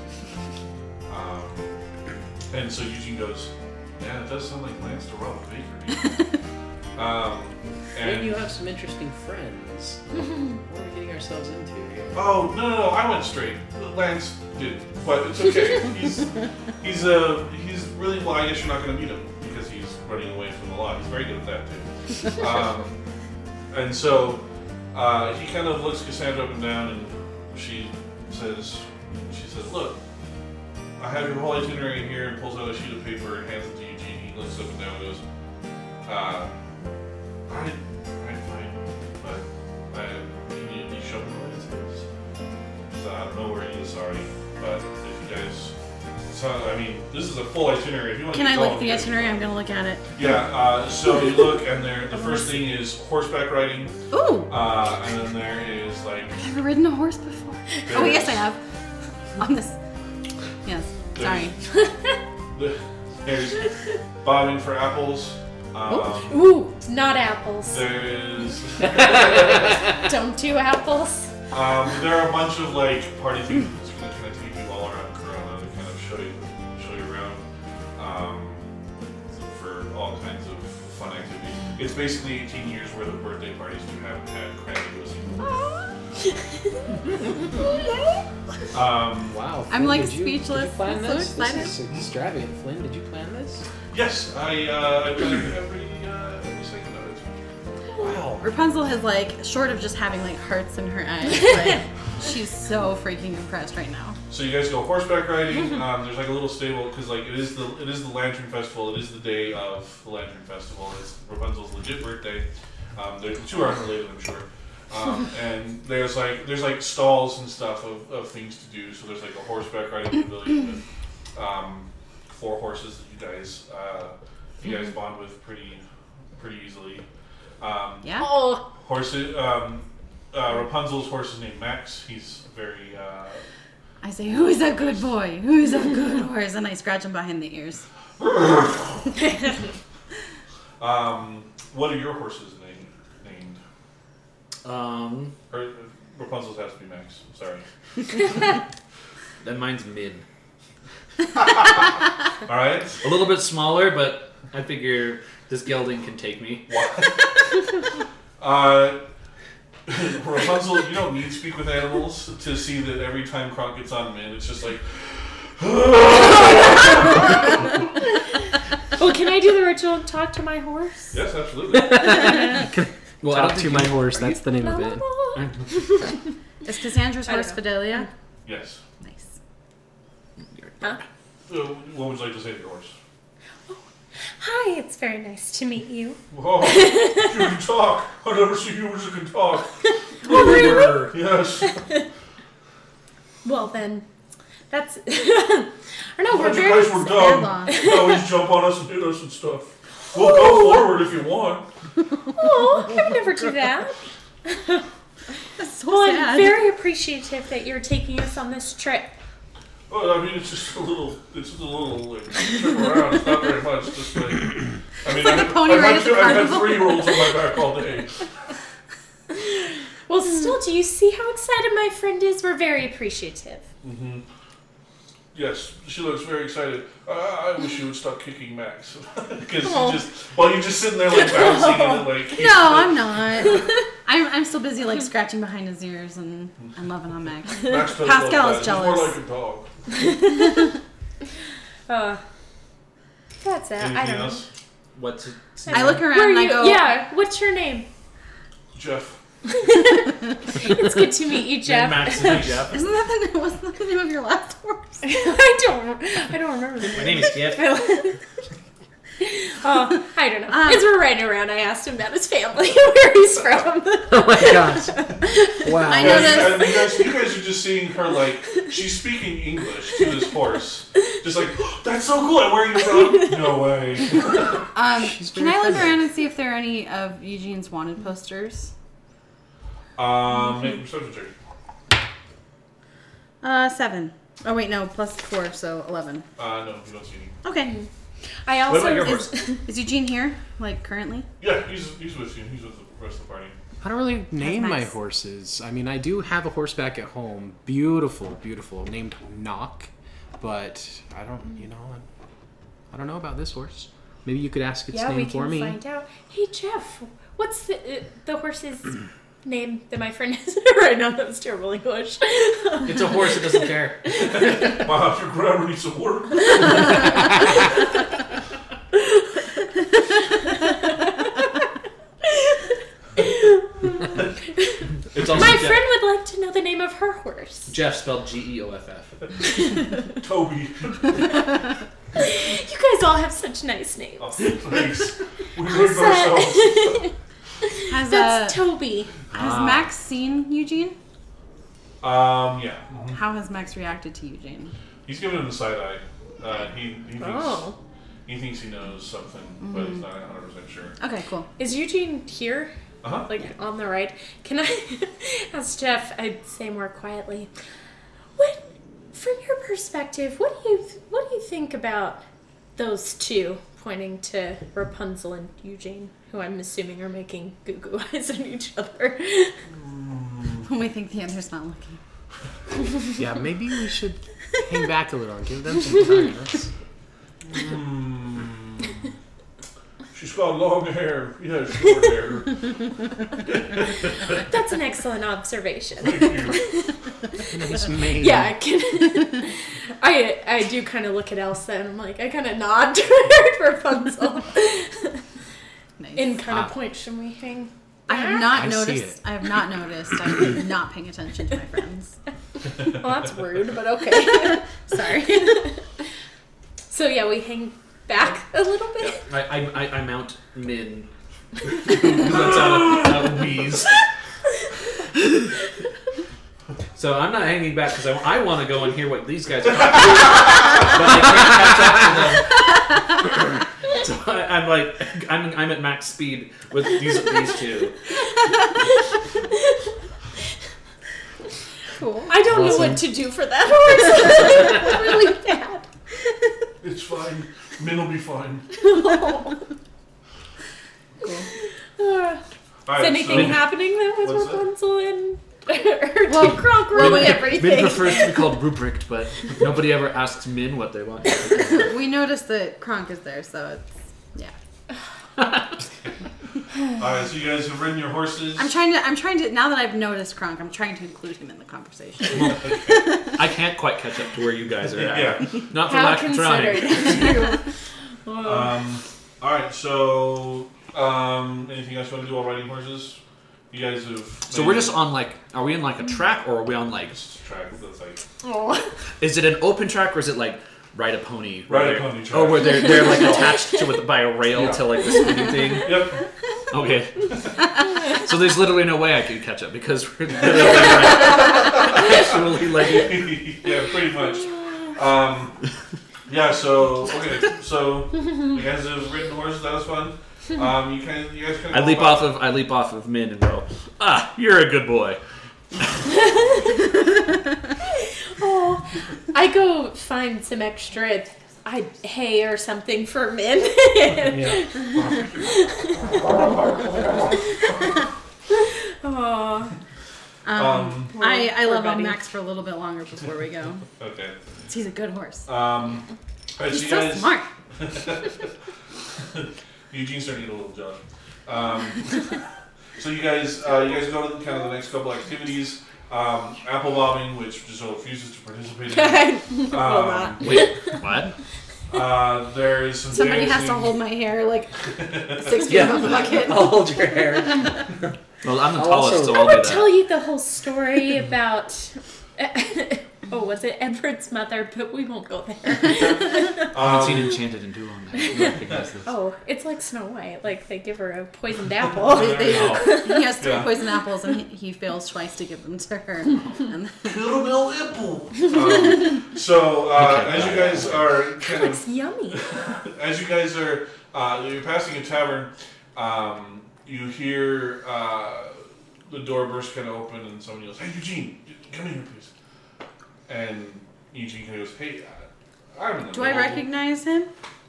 [SPEAKER 1] Um, and so Eugene goes, yeah, it does sound like Lance to rob a bakery. um, and
[SPEAKER 7] Maybe you have some interesting friends. what are we getting ourselves into here?
[SPEAKER 1] Oh no, no, no! I went straight. Lance did, but it's okay. he's he's uh, he's really well. I guess you're not going to meet him because he's running away from the law. He's very good at that too. um, and so uh, he kind of looks Cassandra up and down, and she says, she says, look, I have your whole itinerary here, and pulls out a sheet of paper and hands it to Eugene. He looks up and down and goes, uh, I, I'm fine, but I immediately show me where it is. So I don't know where he is, sorry, but if you guys, so, I mean, this is a full itinerary. If you want
[SPEAKER 4] Can
[SPEAKER 1] to
[SPEAKER 4] I
[SPEAKER 1] keep
[SPEAKER 4] look
[SPEAKER 1] going,
[SPEAKER 4] at the
[SPEAKER 1] you guys-
[SPEAKER 4] itinerary? I'm going to look at it.
[SPEAKER 1] Yeah. Uh, so you look, and there, the first thing is horseback riding,
[SPEAKER 4] Ooh,
[SPEAKER 1] uh, and then there is like
[SPEAKER 4] I've never ridden a horse before. Oh, yes, I have. On this. Yes. Sorry.
[SPEAKER 1] There's, there's bobbing for apples.
[SPEAKER 4] Oh.
[SPEAKER 1] Um,
[SPEAKER 2] Ooh, not apples.
[SPEAKER 1] there's
[SPEAKER 2] Don't do apples.
[SPEAKER 1] um, there are a bunch of like party things that's gonna kind of take you all around Corona to kind of show you show you around um, for all kinds of fun activities. It's basically 18 years worth of birthday parties you haven't had. Cranny goes. Um,
[SPEAKER 7] Wow.
[SPEAKER 4] I'm, like,
[SPEAKER 7] did you- did you
[SPEAKER 4] speechless.
[SPEAKER 7] plan
[SPEAKER 4] I'm so
[SPEAKER 7] this?
[SPEAKER 4] excited.
[SPEAKER 7] This is extravagant. Flynn, did you plan this?
[SPEAKER 1] yes, I uh, I planned every uh, every second of it.
[SPEAKER 7] Wow.
[SPEAKER 4] Rapunzel has like, short of just having like hearts in her eyes, like, she's so freaking impressed right now.
[SPEAKER 1] So you guys go horseback riding. Um, there's like a little stable because like it is the it is the Lantern Festival. It is the day of the Lantern Festival. It's Rapunzel's legit birthday. Um, they're the two are unrelated, I'm sure. Um, and there's like there's like stalls and stuff of, of things to do. So there's like a horseback riding pavilion with um, four horses that you guys uh, you guys bond with pretty pretty easily. Um,
[SPEAKER 4] Yeah?
[SPEAKER 2] Oh,
[SPEAKER 1] horses. Um, uh, Rapunzel's horse is named Max. He's very uh,
[SPEAKER 4] I say, who is a good boy? Who is a good horse? And I scratch him behind the ears.
[SPEAKER 1] Um, what are your horses named? Named
[SPEAKER 3] Um,
[SPEAKER 1] or uh, Rapunzel's has to be Max. Sorry.
[SPEAKER 3] then mine's mid.
[SPEAKER 1] All right.
[SPEAKER 3] A little bit smaller, but I figure this gelding can take me.
[SPEAKER 1] Uh, Rapunzel, you don't need to speak with animals to see that every time Kronk gets on Min, it's just like
[SPEAKER 2] oh, can I do the ritual? Talk to my horse.
[SPEAKER 1] yes, absolutely.
[SPEAKER 3] Well, I
[SPEAKER 5] Talk
[SPEAKER 3] don't
[SPEAKER 5] to
[SPEAKER 3] think
[SPEAKER 5] my
[SPEAKER 3] you-
[SPEAKER 5] horse. That's the name of it.
[SPEAKER 4] Is Cassandra's
[SPEAKER 2] I don't
[SPEAKER 4] horse
[SPEAKER 2] know.
[SPEAKER 4] Fidelia?
[SPEAKER 1] Yes.
[SPEAKER 4] Nice.
[SPEAKER 1] Uh, what would you like to say to your horse?
[SPEAKER 2] Hi, it's very nice to meet you.
[SPEAKER 1] Whoa, Oh, you can talk. I've never seen you who can talk. Yes.
[SPEAKER 2] Well then, that's. I don't know. We're
[SPEAKER 1] But you
[SPEAKER 2] very.
[SPEAKER 1] guys were
[SPEAKER 4] Stand
[SPEAKER 1] dumb.
[SPEAKER 4] long.
[SPEAKER 1] You always jump on us and hit us and stuff. We'll go forward if you want.
[SPEAKER 2] Oh, I'd never do that.
[SPEAKER 4] That's so
[SPEAKER 2] Well,
[SPEAKER 4] sad.
[SPEAKER 2] I'm very appreciative that you're taking us on this trip.
[SPEAKER 1] Well, I mean, it's just a little, it's just a little like, trip around. It's not very much. Just like, I mean,
[SPEAKER 4] like
[SPEAKER 1] I've,
[SPEAKER 4] a pony
[SPEAKER 1] I've
[SPEAKER 4] ride
[SPEAKER 1] had
[SPEAKER 4] at the
[SPEAKER 1] two- I've had
[SPEAKER 4] carnival.
[SPEAKER 1] three year olds on my back all day.
[SPEAKER 4] Hmm.
[SPEAKER 2] Well, still, do you see how excited my friend is? We're very appreciative.
[SPEAKER 1] Yes, she looks very excited. I, I wish you would stop kicking Max because
[SPEAKER 2] Aw.
[SPEAKER 1] you just, well, you're just sitting there like bouncing and like. he's-
[SPEAKER 4] Oh. No, I'm not. I'm, I'm still busy like scratching behind his ears and, and loving on Max.
[SPEAKER 1] Max doesn't
[SPEAKER 4] Pascal
[SPEAKER 1] like that.
[SPEAKER 4] is jealous.
[SPEAKER 1] He's more like a dog.
[SPEAKER 2] Uh, that's it. I
[SPEAKER 1] Anything
[SPEAKER 2] don't
[SPEAKER 1] else?
[SPEAKER 3] What's
[SPEAKER 4] I look
[SPEAKER 2] know.
[SPEAKER 4] around
[SPEAKER 2] Where are
[SPEAKER 4] and I
[SPEAKER 2] you?
[SPEAKER 4] go,
[SPEAKER 2] Yeah. What's your name?
[SPEAKER 1] Jeff.
[SPEAKER 2] It's good to meet you,
[SPEAKER 3] Jeff.
[SPEAKER 2] Jeff.
[SPEAKER 3] Max and Jeff.
[SPEAKER 4] Isn't that the, wasn't that the name of your last horse?
[SPEAKER 2] I don't. I don't remember the
[SPEAKER 3] My
[SPEAKER 2] name.
[SPEAKER 3] name is Jeff.
[SPEAKER 2] Oh, I don't know.
[SPEAKER 4] Um,
[SPEAKER 2] As we're riding around, I asked him about his family, where he's from.
[SPEAKER 5] Oh my gosh. Wow.
[SPEAKER 4] I
[SPEAKER 1] Yeah,
[SPEAKER 4] know noticed-
[SPEAKER 1] you, guys, you guys are just seeing her like she's speaking English to this horse, just like "Oh, that's so cool. And where are you from? No way.
[SPEAKER 4] Um, can I look around and see if there are any of Eugene's wanted posters?
[SPEAKER 1] Um, make a perception check.
[SPEAKER 4] Uh, seven. Oh wait, no, plus four, so eleven.
[SPEAKER 1] Uh, no, you don't see any.
[SPEAKER 4] Okay.
[SPEAKER 2] I
[SPEAKER 3] What
[SPEAKER 2] also
[SPEAKER 3] about your
[SPEAKER 4] Is,
[SPEAKER 3] horse?
[SPEAKER 4] is Eugene here? Like currently?
[SPEAKER 1] Yeah, he's, he's with you. He's with the rest of the party.
[SPEAKER 5] I don't really name my
[SPEAKER 4] nice.
[SPEAKER 5] horses. I mean, I do have a horseback at home. Beautiful, beautiful, named Knock. But I don't, you know, I, I don't know about this horse. Maybe you could ask its
[SPEAKER 2] yeah, we
[SPEAKER 5] name
[SPEAKER 2] can
[SPEAKER 5] for me.
[SPEAKER 2] find out. Hey, Jeff, what's the uh, the horse's name that my friend is right now? That was terrible English.
[SPEAKER 3] It's a horse. It doesn't care.
[SPEAKER 1] Wow, your grammar needs some work.
[SPEAKER 3] It's also
[SPEAKER 2] my
[SPEAKER 3] Jeff.
[SPEAKER 2] friend would like to know the name of her horse.
[SPEAKER 3] Jeff spelled G E O F F.
[SPEAKER 1] Toby.
[SPEAKER 2] You guys all have such nice names.
[SPEAKER 1] Oh, thanks. We rigged ourselves.
[SPEAKER 4] Has uh,
[SPEAKER 2] That's Toby.
[SPEAKER 4] has
[SPEAKER 5] Ah.
[SPEAKER 4] Max seen Eugene?
[SPEAKER 1] Um, yeah.
[SPEAKER 5] Hmm?
[SPEAKER 1] mhm.
[SPEAKER 4] How has Max reacted to Eugene?
[SPEAKER 1] He's giving him the side eye. Uh, he, he thinks
[SPEAKER 4] Oh.
[SPEAKER 1] he thinks he knows something, but he's not 100 percent sure.
[SPEAKER 4] Okay, cool.
[SPEAKER 2] Is Eugene here?
[SPEAKER 1] Uh huh.
[SPEAKER 2] Like on the ride? Can I ask Jeff? I'd say more quietly. When from your perspective, what do you what do you think about those two pointing to Rapunzel and Eugene, who I'm assuming are making goo goo eyes at each other?
[SPEAKER 4] When we think the other's not looking.
[SPEAKER 5] Yeah, maybe we should hang back a little and give them some time. That's-
[SPEAKER 1] Hmm. She's got long hair. He has short hair.
[SPEAKER 2] That's an excellent observation.
[SPEAKER 1] Thank you.
[SPEAKER 5] Nice maid.
[SPEAKER 2] Yeah, I can. I I do kind of look at Elsa and I'm like I kind of nod to Rapunzel
[SPEAKER 4] Nice.
[SPEAKER 2] and kind
[SPEAKER 5] Ah.
[SPEAKER 2] of point. Should we hang?
[SPEAKER 4] I have not
[SPEAKER 5] I see
[SPEAKER 4] noticed.
[SPEAKER 5] it.
[SPEAKER 4] I have not noticed. I'm not paying attention to my friends.
[SPEAKER 2] Well, that's rude, but okay.
[SPEAKER 4] Sorry.
[SPEAKER 2] so yeah, we hang back a little bit.
[SPEAKER 3] I, I, I, I mount Min. That's out a wheeze. So I'm not hanging back because I, I want to go and hear what these guys are. up to. but I can't catch up to them. So I, I'm like, I'm, I'm at max speed with these these two.
[SPEAKER 2] Cool. I don't know
[SPEAKER 5] Awesome.
[SPEAKER 2] what to do for that horse. It's really bad.
[SPEAKER 1] It's fine. Min will be fine.
[SPEAKER 2] Uh,
[SPEAKER 1] All
[SPEAKER 2] is
[SPEAKER 1] right,
[SPEAKER 2] anything
[SPEAKER 1] so-
[SPEAKER 2] happening then with
[SPEAKER 1] What's that?
[SPEAKER 2] Rapunzel and her
[SPEAKER 4] Well,
[SPEAKER 2] two croc
[SPEAKER 4] well,
[SPEAKER 2] room?
[SPEAKER 4] we-
[SPEAKER 3] Min
[SPEAKER 4] everything.
[SPEAKER 3] prefers to be called Ruprecht, but nobody ever asks Min what they want.
[SPEAKER 4] we noticed that Kronk is there, so it's yeah.
[SPEAKER 1] All right, so you guys have ridden your horses.
[SPEAKER 4] I'm trying to. I'm trying to. Now that I've noticed Kronk, I'm trying to include him in the conversation.
[SPEAKER 3] I can't quite catch up to where you guys are at.
[SPEAKER 1] Yeah.
[SPEAKER 3] Not for
[SPEAKER 2] How
[SPEAKER 3] lack of trying.
[SPEAKER 2] considered. True.
[SPEAKER 3] Uh,
[SPEAKER 1] Um, all right, so um, anything else you want to do while riding horses? You guys have.
[SPEAKER 3] So we're just on like, are we in like a track or are we on like,
[SPEAKER 1] Just track that's like
[SPEAKER 2] Aw.
[SPEAKER 3] is it an open track or is it like ride a pony? where
[SPEAKER 1] Ride a
[SPEAKER 3] they're-
[SPEAKER 1] pony track.
[SPEAKER 3] Oh, where they're, they're like attached to it by a rail to like this spinning thing.
[SPEAKER 1] yep.
[SPEAKER 3] Okay. so there's literally no way I could catch up because we're literally like, actually like,
[SPEAKER 1] yeah, pretty much. Um, yeah. So okay. So you guys have ridden horses. That was fun. Um, you kind of, you guys kind
[SPEAKER 3] I
[SPEAKER 1] of.
[SPEAKER 3] leap off of I leap off of Min and go, ah, you're a good boy.
[SPEAKER 2] Aw. I go find some extra I, hay or something for men. Aw.
[SPEAKER 4] Um,
[SPEAKER 1] Um,
[SPEAKER 4] I I
[SPEAKER 2] We're
[SPEAKER 4] love on
[SPEAKER 2] buddies.
[SPEAKER 4] Max for a little bit longer before we go.
[SPEAKER 1] okay.
[SPEAKER 4] He's a good horse.
[SPEAKER 1] Um, all right, so
[SPEAKER 4] He's
[SPEAKER 1] you
[SPEAKER 4] so
[SPEAKER 1] guys.
[SPEAKER 4] smart.
[SPEAKER 1] Eugene's starting to get a little judged. Um, so you guys, uh, you guys go to the, kind of the next couple activities. Um, apple bobbing, which Giselle refuses to participate in. Um,
[SPEAKER 3] Wait, what?
[SPEAKER 1] uh, there is some
[SPEAKER 4] Somebody
[SPEAKER 1] dancing.
[SPEAKER 4] has to hold my hair like six feet above the bucket.
[SPEAKER 1] Oh,
[SPEAKER 7] I'll hold your hair.
[SPEAKER 3] Well, I'm the
[SPEAKER 7] I'll
[SPEAKER 3] tallest, so
[SPEAKER 7] also-
[SPEAKER 2] I
[SPEAKER 3] I'll do
[SPEAKER 2] would
[SPEAKER 3] that.
[SPEAKER 2] tell you the whole story about. oh, was it Edward's mother? But we won't go there.
[SPEAKER 3] I haven't
[SPEAKER 1] Um,
[SPEAKER 3] seen Enchanted in too long. I don't recognize this.
[SPEAKER 2] Oh, it's like Snow White. Like they give her a poisoned
[SPEAKER 4] They-
[SPEAKER 2] apple.
[SPEAKER 4] they-
[SPEAKER 3] Oh.
[SPEAKER 4] he has three
[SPEAKER 1] Yeah.
[SPEAKER 4] poison apples and he, he fails twice to give them to her. And
[SPEAKER 1] Little Bill Ipple. Um, so uh, as you guys are kind of
[SPEAKER 2] Looks yummy.
[SPEAKER 1] as you guys are uh, you're passing a tavern, um, you hear uh, the door burst kind of open, and somebody goes, "Hey, Eugene, come in here, please." And Eugene kind of goes, "Hey, uh, I'm in the
[SPEAKER 4] do I
[SPEAKER 1] middle of
[SPEAKER 4] recognize him?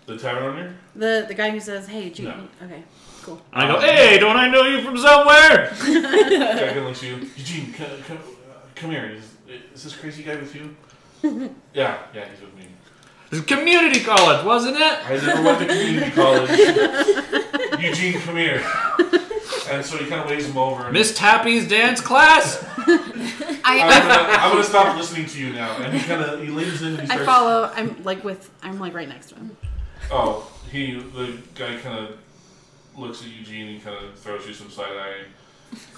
[SPEAKER 1] the tavern owner?"
[SPEAKER 4] The the guy who says, "Hey, Gene."
[SPEAKER 1] No.
[SPEAKER 4] Okay, cool.
[SPEAKER 3] I go, hey, don't I know you from somewhere?
[SPEAKER 1] Jack looks at you, Eugene, come, come, uh, come here. Is, is this crazy guy with you? yeah, yeah, he's with me.
[SPEAKER 3] It's community college, wasn't it?
[SPEAKER 1] I never went to community college. Eugene, come here. And so he kind of waves him over. and-
[SPEAKER 3] Miss Tappy's dance class?
[SPEAKER 4] I
[SPEAKER 1] I'm gonna, I'm gonna stop listening to you now. And he kind of he leans in and he
[SPEAKER 4] I
[SPEAKER 1] starts.
[SPEAKER 4] follow. I'm like with. I'm like right next to him.
[SPEAKER 1] Oh, he the guy kind of looks at Eugene and kind of throws you some side eye,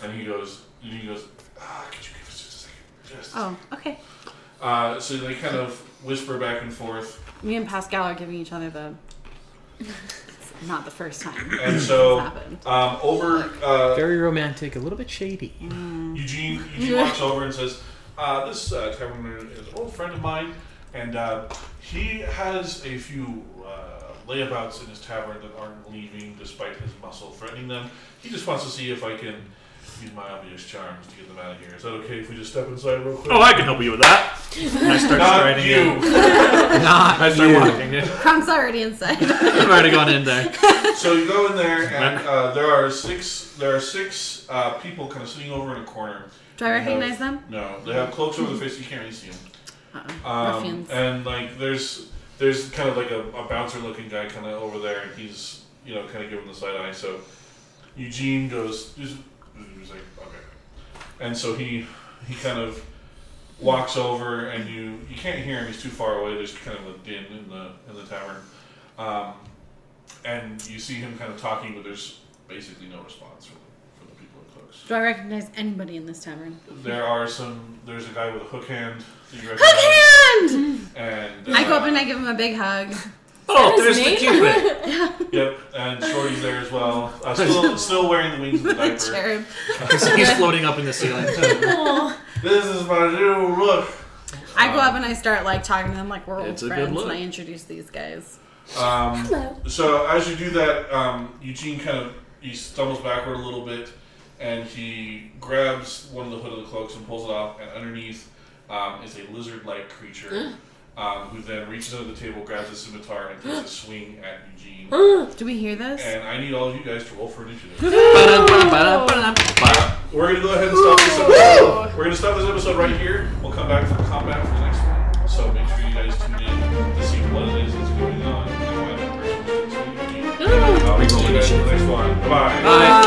[SPEAKER 1] and he goes, and he goes, ah, could you give us just a second? Just. a second."
[SPEAKER 4] Oh, okay.
[SPEAKER 1] Uh, so they kind of whisper back and forth,
[SPEAKER 4] Me and Pascal are giving each other the. It's not the first time.
[SPEAKER 1] and
[SPEAKER 3] Oh.
[SPEAKER 1] so
[SPEAKER 4] happened.
[SPEAKER 1] um, over uh,
[SPEAKER 5] Very romantic, a little bit shady.
[SPEAKER 1] Eugene, Eugene walks over and says, uh, "This uh, taverner is an old friend of mine, and uh, he has a few uh, layabouts in his tavern that aren't leaving, despite his muscle threatening them. He just wants to see if I can use my obvious charms to get them out of here. Is that okay if we just step inside real quick?"
[SPEAKER 3] Oh, I can help you with that. And I start
[SPEAKER 1] Not
[SPEAKER 3] striding
[SPEAKER 1] you.
[SPEAKER 3] in.
[SPEAKER 5] Not
[SPEAKER 3] I start walking in.
[SPEAKER 4] Krong's already inside.
[SPEAKER 3] I've already gone in there.
[SPEAKER 1] So you go in there, and uh, there are six. There are six uh, people kind of sitting over in a corner.
[SPEAKER 4] Do I
[SPEAKER 1] They have-
[SPEAKER 4] recognize them?
[SPEAKER 1] No, they have cloaks over their face. You can't really see them.
[SPEAKER 4] Uh-uh.
[SPEAKER 1] Um,
[SPEAKER 4] Ruffians.
[SPEAKER 1] and like, there's there's kind of like a, a bouncer-looking guy kind of over there, and he's you know kind of giving the side eye. So Eugene goes, he's he's like, okay, and so he he kind of walks over, and you you can't hear him. He's too far away. There's kind of a din in the in the tavern, um, and you see him kind of talking, but there's basically no response from from the people in cloaks.
[SPEAKER 4] Do I recognize anybody in this tavern?
[SPEAKER 1] There are some. There's a guy with a hook hand. That you recognize,
[SPEAKER 4] Hook hand!
[SPEAKER 1] And
[SPEAKER 4] I go
[SPEAKER 1] uh,
[SPEAKER 4] up and I give him a big hug.
[SPEAKER 3] Oh,
[SPEAKER 2] Is that
[SPEAKER 3] there's
[SPEAKER 2] his
[SPEAKER 3] the
[SPEAKER 2] name?
[SPEAKER 3] cupid.
[SPEAKER 1] Yep, and Shorty's there as well. Uh, still, still wearing the wings of the diaper.
[SPEAKER 4] Cherub.
[SPEAKER 3] He's floating up in the ceiling.
[SPEAKER 2] Aw.
[SPEAKER 1] This is my new look.
[SPEAKER 4] I go up and I start like talking to them like we're old
[SPEAKER 3] Um, It's a good
[SPEAKER 4] friends,
[SPEAKER 3] look.
[SPEAKER 4] and I introduce these guys.
[SPEAKER 1] Um,
[SPEAKER 2] Hello.
[SPEAKER 1] So as you do that, um, Eugene kind of he stumbles backward a little bit, and he grabs one of the hood of the cloaks and pulls it off, and underneath um, is a lizard-like creature. Um, who then reaches under the table, grabs his scimitar, and takes a swing at Eugene.
[SPEAKER 4] Do we hear this?
[SPEAKER 1] And I need all of you guys to roll for initiative.
[SPEAKER 3] Ba-dum-ba-dum-ba-dum-ba.
[SPEAKER 1] We're gonna go ahead and stop this episode. We're gonna stop this episode right here. We'll come back for combat for the next one. So make sure you guys tune in to see what it is that's going on and why that person is doing it. Uh, We'll see you guys in the next one. Bye.
[SPEAKER 3] Bye.